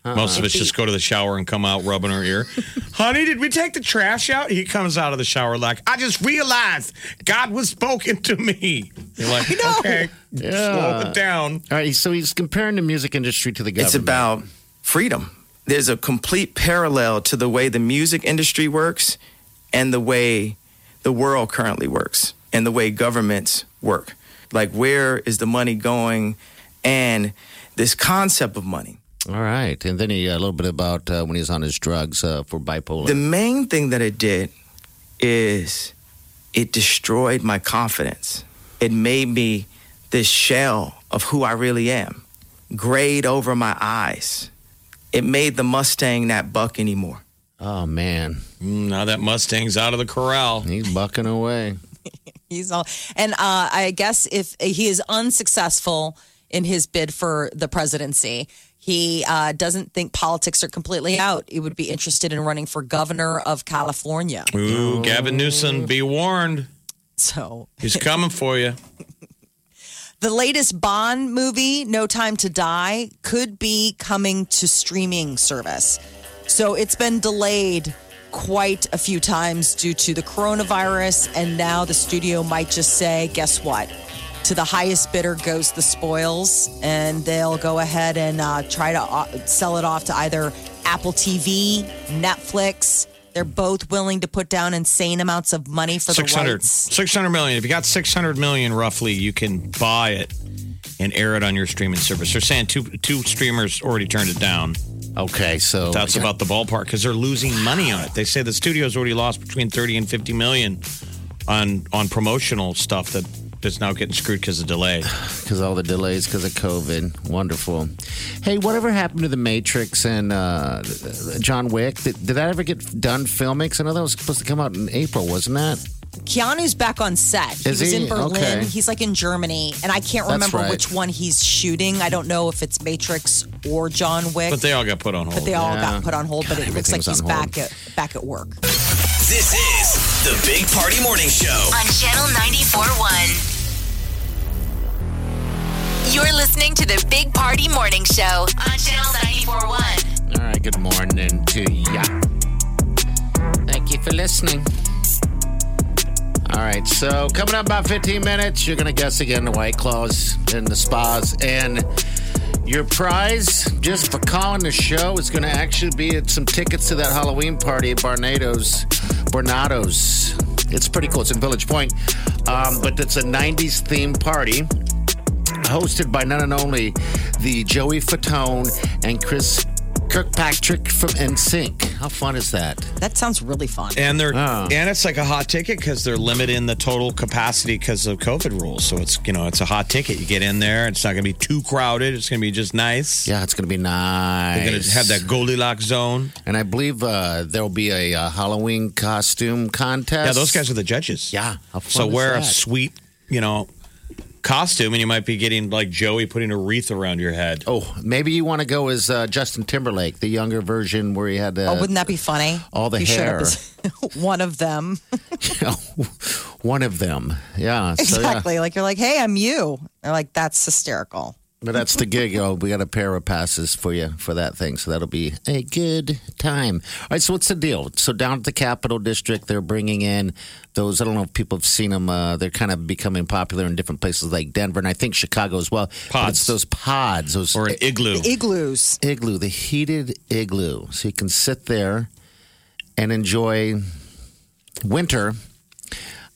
[SPEAKER 2] Most of us just go to the shower and come out rubbing our ear. Honey, did we take the trash out? He comes out of the shower like, I just realized God was spoken to me. You're like, okay, slow it down.
[SPEAKER 1] All right, so he's comparing the music industry to the government.
[SPEAKER 13] It's about freedom. There's a complete parallel to the way the music industry works and the way the world currently works and the way governments work. Like, where is the money going? And this concept of money.
[SPEAKER 1] All right, and then he a little bit about uh, when he's on his drugs uh, for bipolar.
[SPEAKER 13] The main thing that it did is it destroyed my confidence. It made me this shell of who I really am, grayed over my eyes. It made the Mustang not buck anymore.
[SPEAKER 1] oh man,
[SPEAKER 2] Mm, now that Mustang's out of the corral,
[SPEAKER 1] he's bucking away.
[SPEAKER 3] He's all, and uh, I guess if he is unsuccessful in his bid for the presidency, he uh, doesn't think politics are completely out. He would be interested in running for governor of California.
[SPEAKER 2] Ooh, Gavin Newsom, be warned.
[SPEAKER 3] So
[SPEAKER 2] He's coming for you.
[SPEAKER 3] The latest Bond movie, No Time to Die, could be coming to streaming service. So it's been delayed quite a few times due to the coronavirus. And now the studio might just say, guess what? To the highest bidder goes the spoils. And they'll go ahead and uh, try to uh, sell it off to either Apple TV, Netflix. They're both willing to put down insane amots of money for the
[SPEAKER 2] 600,
[SPEAKER 3] rights.
[SPEAKER 2] 600 million. If you got 600 million roughly, you can buy it and air it on your streaming service. They're saying two two streamers already turned it down.
[SPEAKER 1] Okay, so
[SPEAKER 2] that's about the ballpark because they're losing money on it. They say the studio's already lost between 30 and 50 million on on promotional stuff that that's now getting screwed because of delay.
[SPEAKER 1] Because all the delays because of COVID. Wonderful. Hey, whatever happened to The Matrix and uh, John Wick? Did, did that ever get done filming? 'Cause I know that was supposed to come out in April, wasn't that?
[SPEAKER 3] Keanu's back on set. He
[SPEAKER 1] Is
[SPEAKER 3] was
[SPEAKER 1] he?
[SPEAKER 3] in Berlin.
[SPEAKER 1] Okay.
[SPEAKER 3] He's like in Germany, and I can't
[SPEAKER 1] That's
[SPEAKER 3] remember
[SPEAKER 1] right.
[SPEAKER 3] which one he's shooting. I don't know if it's Matrix or John Wick.
[SPEAKER 2] But they all got put on hold.
[SPEAKER 3] But they all
[SPEAKER 2] Yeah.
[SPEAKER 3] got put on hold. But it looks like
[SPEAKER 2] everything's
[SPEAKER 3] he's
[SPEAKER 2] on hold.
[SPEAKER 3] back at back at work.
[SPEAKER 15] This is the Big Party Morning Show.
[SPEAKER 4] On Channel 94.1. You're listening to the Big Party Morning Show on Channel 941.
[SPEAKER 1] All right, good morning to ya. Thank you for listening. All right, so coming up about 15 minutes, you're going to guess again the White Claws and the spas. And your prize just for calling the show is going to actually be at some tickets to that Halloween party at Barnado's. Barnado's. It's pretty cool. It's in Village Point, um, but it's a 90s themed party hosted by none and only the Joey Fatone and Chris Kirkpatrick from NSYNC. How fun is that?
[SPEAKER 3] That sounds really fun.
[SPEAKER 2] And they're
[SPEAKER 1] Oh.
[SPEAKER 2] and it's like a hot ticket because they're limiting the total capacity because of COVID rules. So it's you know it's a hot ticket. You get in there, it's not going to be too crowded. It's going to be just nice.
[SPEAKER 1] Yeah, it's going to be nice.
[SPEAKER 2] They're going to have that Goldilocks zone.
[SPEAKER 1] And I believe uh, there'll be a, uh Halloween costume contest.
[SPEAKER 2] Yeah, those guys are the judges.
[SPEAKER 1] Yeah, how fun
[SPEAKER 2] So
[SPEAKER 1] is
[SPEAKER 2] wear a
[SPEAKER 1] that?
[SPEAKER 2] sweet you know costume, and you might be getting like Joey putting a wreath around your head.
[SPEAKER 1] Oh, maybe you want to go as uh, Justin Timberlake, the younger version where he had the
[SPEAKER 3] oh, wouldn't that be funny?
[SPEAKER 1] all the
[SPEAKER 3] You showed
[SPEAKER 1] hair.
[SPEAKER 3] up
[SPEAKER 1] Oh,
[SPEAKER 3] as one of them.
[SPEAKER 1] one of them. Yeah, so, yeah.
[SPEAKER 3] exactly. Like you're like, hey, I'm you. They're like, that's hysterical.
[SPEAKER 1] But that's the gig. Oh, we got a pair of passes for you for that thing. So that'll be a good time. All right. So what's the deal? So down at the Capital District, they're bringing in those. I don't know if people have seen them. Uh, they're kind of becoming popular in different places like Denver and I think Chicago as well. But it's those pods. Those e-,
[SPEAKER 2] or an igloo.
[SPEAKER 3] igloos.
[SPEAKER 1] Igloo. The heated igloo. So you can sit there and enjoy winter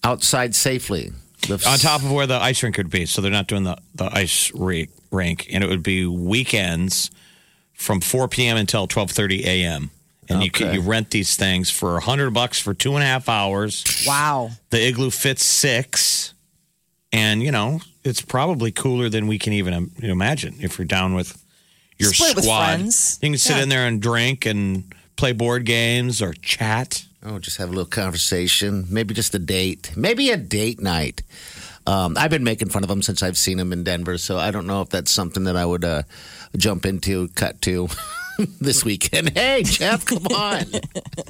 [SPEAKER 1] outside safely. The-
[SPEAKER 2] on top of where the ice rink would be. So they're not doing the, the ice rink, rink, and it would be weekends from 4 p.m. until 12:30 a.m. And you can,
[SPEAKER 1] Okay.
[SPEAKER 2] you rent these things for a hundred bucks for two and a half hours.
[SPEAKER 3] Wow.
[SPEAKER 2] The igloo fits six, and you know it's probably cooler than we can even im- imagine if you're down with your
[SPEAKER 3] Split with
[SPEAKER 2] squad.
[SPEAKER 3] friends.
[SPEAKER 2] You can sit
[SPEAKER 3] Yeah.
[SPEAKER 2] in there and drink and play board games or chat.
[SPEAKER 1] Oh, just have a little conversation. Maybe just a date. Maybe a date night. Um, I've been making fun of them since I've seen them in Denver, so I don't know if that's something that I would uh, jump into, cut to this weekend. Hey, Jeff, come on.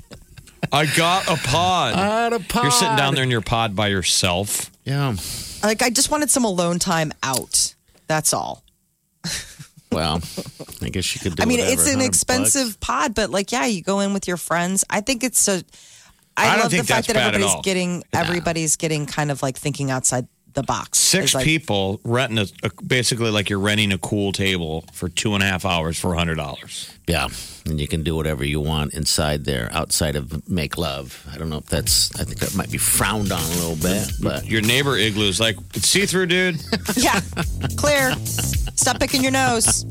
[SPEAKER 2] I got a pod.
[SPEAKER 1] Got a
[SPEAKER 2] You're sitting down
[SPEAKER 1] pod.
[SPEAKER 2] there in your pod by yourself.
[SPEAKER 1] yeah.
[SPEAKER 3] Like I just wanted some alone time out. That's all.
[SPEAKER 1] Well, I guess you could do
[SPEAKER 3] I mean,
[SPEAKER 1] whatever,
[SPEAKER 3] it's an
[SPEAKER 1] 100
[SPEAKER 3] expensive pod, but like, yeah, you go in with your friends. I think it's so. I,
[SPEAKER 2] I don't
[SPEAKER 3] love the
[SPEAKER 2] think that's
[SPEAKER 3] fact that
[SPEAKER 2] bad at
[SPEAKER 3] everybody's
[SPEAKER 2] all.
[SPEAKER 3] getting everybody's getting kind of like thinking outside the box.
[SPEAKER 2] Six
[SPEAKER 3] It's like,
[SPEAKER 2] people renting a, a basically like you're renting a cool table for two and a half hours for a hundred dollars.
[SPEAKER 1] bucks. Yeah. And you can do whatever you want inside there, outside of make love. I don't know if that's, I think that might be frowned on a little bit, but
[SPEAKER 2] Your neighbor igloo's like it's see through, dude.
[SPEAKER 3] Yeah, clear. Stop picking your nose.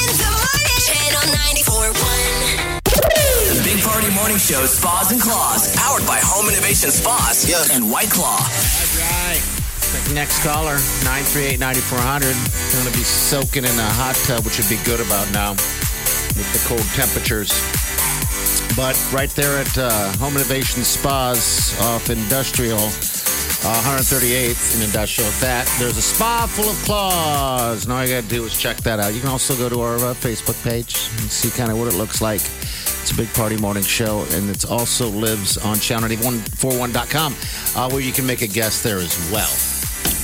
[SPEAKER 4] Channel 941.
[SPEAKER 15] The Big Party Morning Show, Spas and Claws, powered by Home Innovation Spas and White Claw.
[SPEAKER 1] Next caller, 938 9400. Going to be soaking in a hot tub, which would be good about now with the cold temperatures. But right there at uh, Home Innovation Spas off Industrial, uh, 138th in Industrial, at that there's a spa full of claws. And all you got to do is check that out. You can also go to our uh, Facebook page and see kind of what it looks like. It's a big party morning show, and it's also lives on channel9141.com, uh, where you can make a guess there as well.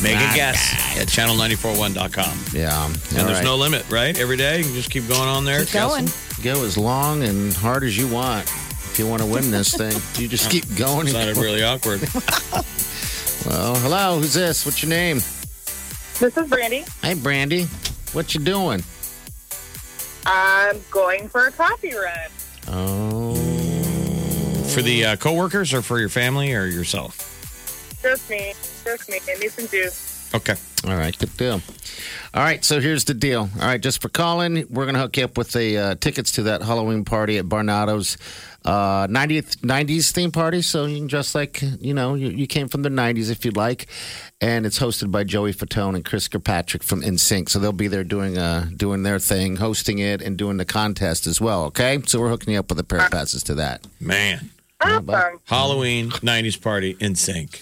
[SPEAKER 2] Make
[SPEAKER 1] Nah,
[SPEAKER 2] a guess at channel941.com.
[SPEAKER 1] Yeah.
[SPEAKER 2] And there's no limit, right? Every day you can just keep going on there.
[SPEAKER 3] Keep going.
[SPEAKER 2] guessing.
[SPEAKER 1] Go as long and hard as you want. If you want to win this thing, you just keep going.
[SPEAKER 2] It's
[SPEAKER 1] and
[SPEAKER 2] not
[SPEAKER 1] going.
[SPEAKER 2] really awkward.
[SPEAKER 1] Well, hello. Who's this? What's your name?
[SPEAKER 16] This is Brandy.
[SPEAKER 1] Hey, Brandy. What you doing?
[SPEAKER 16] I'm going for a coffee run.
[SPEAKER 1] Oh.
[SPEAKER 2] For the uh, coworkers or for your family or yourself?
[SPEAKER 16] Just me. Just me. I need some juice.
[SPEAKER 2] Okay.
[SPEAKER 1] All right, good deal. All right, so here's the deal. All right, just for calling, we're going to hook you up with the uh, tickets to that Halloween party at Barnado's uh, 90th, 90s theme party. So you can dress like, you know, you, you came from the 90s if you'd like. And it's hosted by Joey Fatone and Chris Kirkpatrick from NSYNC. So they'll be there doing uh, doing their thing, hosting it, and doing the contest as well, okay? So we're hooking you up with a pair of passes to that.
[SPEAKER 2] Man.
[SPEAKER 16] Awesome.
[SPEAKER 2] Halloween, 90s party, in sync.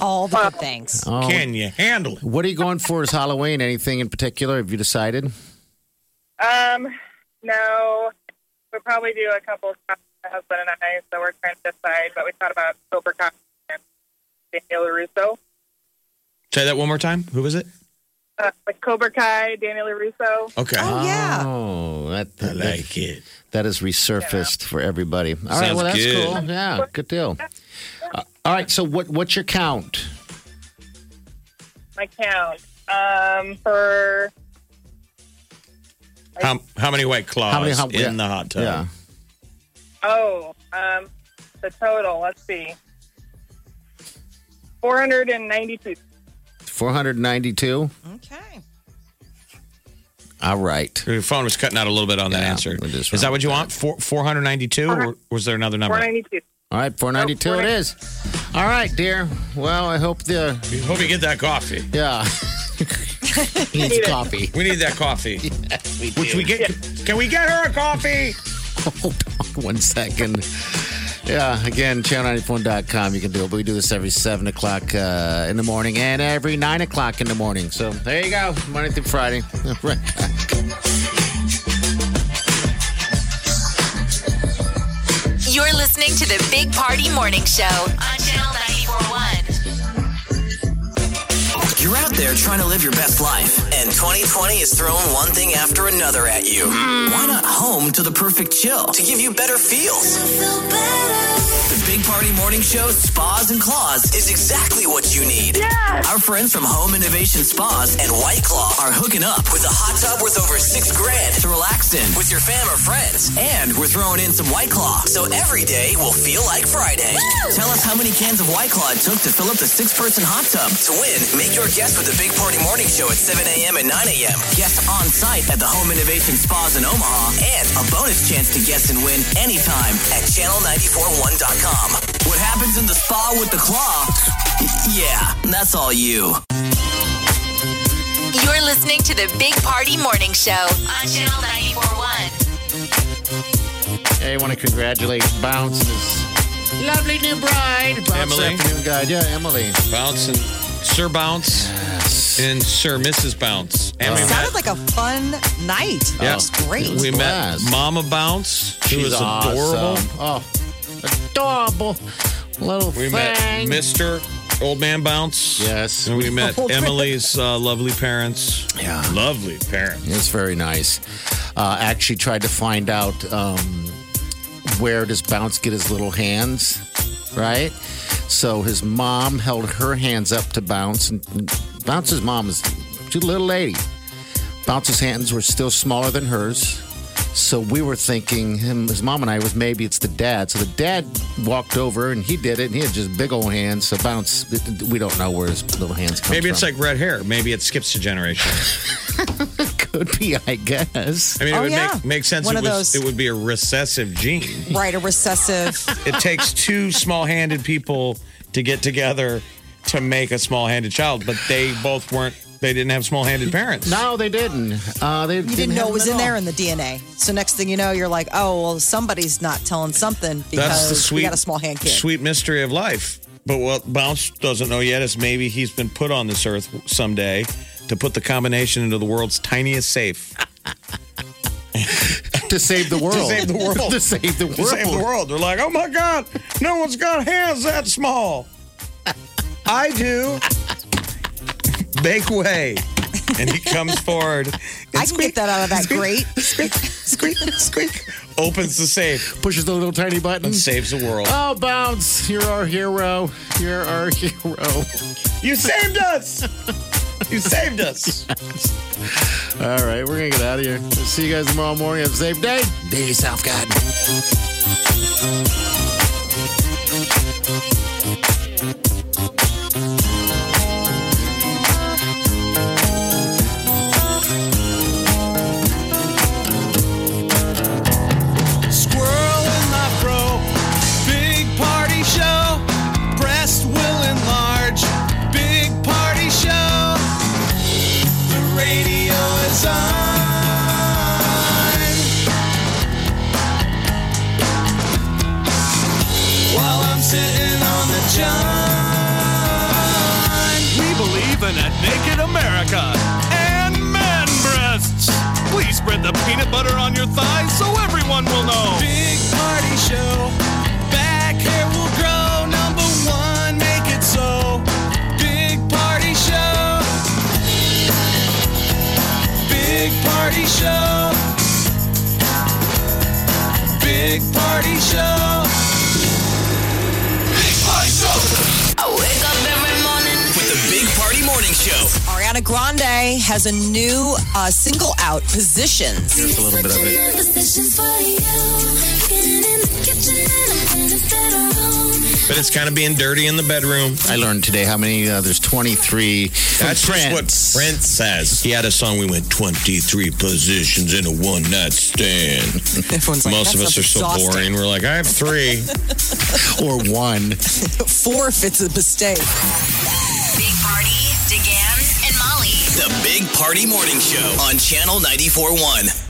[SPEAKER 3] All the good things.
[SPEAKER 1] Oh.
[SPEAKER 2] Can you handle it?
[SPEAKER 1] What are you going for as Halloween? Anything in particular? Have you decided?
[SPEAKER 16] Um, no, we'll probably do a couple of coffees, my husband and I, so we're trying to decide, but we thought about Silver Coffee and Daniel LaRusso.
[SPEAKER 2] Say that one more time. Who was it?
[SPEAKER 16] Uh, like Cobra Kai, Daniel LaRusso.
[SPEAKER 2] Okay.
[SPEAKER 1] Oh, yeah. Oh, that, I like it. That is resurfaced for everybody. All right,
[SPEAKER 2] Sounds
[SPEAKER 1] well, that's
[SPEAKER 2] good.
[SPEAKER 1] cool. Yeah, good deal. Uh, all right, so what what's your count?
[SPEAKER 16] My count um, for
[SPEAKER 2] How, how many white claws
[SPEAKER 1] How many hot-
[SPEAKER 2] in
[SPEAKER 1] yeah.
[SPEAKER 2] the hot tub?
[SPEAKER 1] Yeah.
[SPEAKER 16] oh um, the total. Let's see, four hundred and ninety-two.
[SPEAKER 1] 492?
[SPEAKER 3] Okay.
[SPEAKER 1] All right.
[SPEAKER 2] Your phone was cutting out a little bit on that answer. Is that what you want? Four, 492 or was there another number?
[SPEAKER 16] Uh-huh. Four ninety-two. Oh,
[SPEAKER 1] All right, 492 it is. All right, dear. Well, I hope the.
[SPEAKER 2] Hope you get that coffee.
[SPEAKER 1] Yeah. Needs coffee.
[SPEAKER 2] We need that coffee.
[SPEAKER 1] we
[SPEAKER 2] Which
[SPEAKER 1] do.
[SPEAKER 2] we get. Can we get her a coffee?
[SPEAKER 1] Hold on one second. Yeah, again, channel94.com. You can do it. We do this every 7 o'clock uh, in the morning and every 9 o'clock in the morning. So there you go, Monday through Friday. All right.
[SPEAKER 4] You're listening to the Big Party Morning Show on Channel 941.
[SPEAKER 15] You're out there trying to live your best life, and 2020 is throwing one thing after another at you.
[SPEAKER 4] Hmm.
[SPEAKER 15] Why not home to the perfect chill to give you better feels? The Big Party Morning Show Spas and Claws is exactly what you need. Our friends from Home Innovation Spas and White Claw are hooking up with a hot tub worth over six grand to relax in with your fam or friends. And we're throwing in some White Claw, so every day will feel like Friday. Tell us how many cans of White Claw it took to fill up the six person hot tub. To win, make your guess with the Big Party Morning Show at 7 a.m. and 9 a.m. Guest on site at the Home Innovation Spas in Omaha, and a bonus chance to guess and win anytime at channel941.com. What happens in the spa with the claw? Yeah, that's all you.
[SPEAKER 4] You're listening to the Big Party Morning Show on Channel 941.
[SPEAKER 1] Hey, I want to congratulate Bounce. Lovely new bride. Bounce
[SPEAKER 2] Emily.
[SPEAKER 1] Afternoon Guide. Yeah, Emily.
[SPEAKER 2] Bounce and Sir Bounce and Sir Mrs. Bounce. And we met-
[SPEAKER 3] Sounded like a fun night.
[SPEAKER 2] Yeah.
[SPEAKER 3] That was great.
[SPEAKER 2] We met Mama Bounce, who
[SPEAKER 1] She's
[SPEAKER 2] is adorable.
[SPEAKER 1] awesome. Oh, adorable little
[SPEAKER 2] We
[SPEAKER 1] thing.
[SPEAKER 2] met Mr. Old Man Bounce.
[SPEAKER 1] Yes.
[SPEAKER 2] And we met
[SPEAKER 1] Old Man.
[SPEAKER 2] Emily's uh, lovely parents.
[SPEAKER 1] Yeah.
[SPEAKER 2] Lovely parents.
[SPEAKER 1] It's very nice. Uh, actually, tried to find out um, where does Bounce get his little hands, right? So his mom held her hands up to Bounce, and Bounce's mom is she's a little lady. Bounce's hands were still smaller than hers. So we were thinking, him, his mom and I, was maybe it's the dad. So the dad walked over and he did it, and he had just big old hands. So bounce, we don't know where his little hands come
[SPEAKER 2] Maybe
[SPEAKER 1] from.
[SPEAKER 2] it's like red hair. Maybe it skips a generation.
[SPEAKER 1] could be, I guess.
[SPEAKER 2] I mean, it
[SPEAKER 3] Oh,
[SPEAKER 2] would
[SPEAKER 3] yeah.
[SPEAKER 2] make, make sense.
[SPEAKER 3] One
[SPEAKER 2] it,
[SPEAKER 3] of
[SPEAKER 2] was,
[SPEAKER 3] those.
[SPEAKER 2] it would be a recessive gene.
[SPEAKER 3] Right, a recessive.
[SPEAKER 2] it takes two small-handed people to get together to make a small-handed child, but they both weren't. They didn't have small-handed parents.
[SPEAKER 1] No, they didn't. Uh, they
[SPEAKER 3] You didn't know it was in there in the DNA. So next thing you know, you're like, oh, well, somebody's not telling something
[SPEAKER 2] That's
[SPEAKER 3] because
[SPEAKER 2] the
[SPEAKER 3] we
[SPEAKER 2] sweet,
[SPEAKER 3] got a small hand kid.
[SPEAKER 2] sweet mystery of life. But what Bounce doesn't know yet is maybe he's been put on this earth someday to put the combination into the world's tiniest safe.
[SPEAKER 1] to save the world.
[SPEAKER 2] save the world.
[SPEAKER 1] to save the world.
[SPEAKER 2] to save the world. They're like, oh my God, no one's got hands that small. I do. Make way. And he comes forward.
[SPEAKER 3] I can get that out of that grate.
[SPEAKER 2] Squeak, squeak, squeak. Opens the safe
[SPEAKER 1] Pushes the little tiny button.
[SPEAKER 2] and saves the world.
[SPEAKER 1] Oh, bounce! You're our hero. You're our hero.
[SPEAKER 2] You saved us. You saved us.
[SPEAKER 1] All right, we're gonna get out of here. See you guys tomorrow morning. Have a safe day. Be yourself, God.
[SPEAKER 15] Squirrel in my fro. Big party show. Breast will enlarge. Big party show. The radio is on. While I'm sitting on the john. We believe in a naked America and man breasts. Please spread the peanut butter on your thighs so everyone will know. Big party show. Back hair will grow. Number one, make it so. Big party show.
[SPEAKER 10] Big Party Show. Big Party Show.
[SPEAKER 17] I wake up every morning.
[SPEAKER 5] With the Big Party Morning Show.
[SPEAKER 3] Ariana Grande has a new uh, single out, Positions.
[SPEAKER 4] Here's a little bit of it.
[SPEAKER 2] But it's kind of being dirty in the bedroom.
[SPEAKER 4] I learned today how many. Uh, there's 23. from
[SPEAKER 2] That's just what Prince says. He had a song we went 23 positions in a one night stand.
[SPEAKER 3] Everyone's like,
[SPEAKER 2] Most of
[SPEAKER 3] "That's
[SPEAKER 2] us are so
[SPEAKER 3] exhausting."
[SPEAKER 2] boring. We're like, I have three.
[SPEAKER 4] or one.
[SPEAKER 3] Four if it's a mistake.
[SPEAKER 17] Big Party, DeGan, and Molly.
[SPEAKER 5] The Big Party Morning Show on Channel 94.1.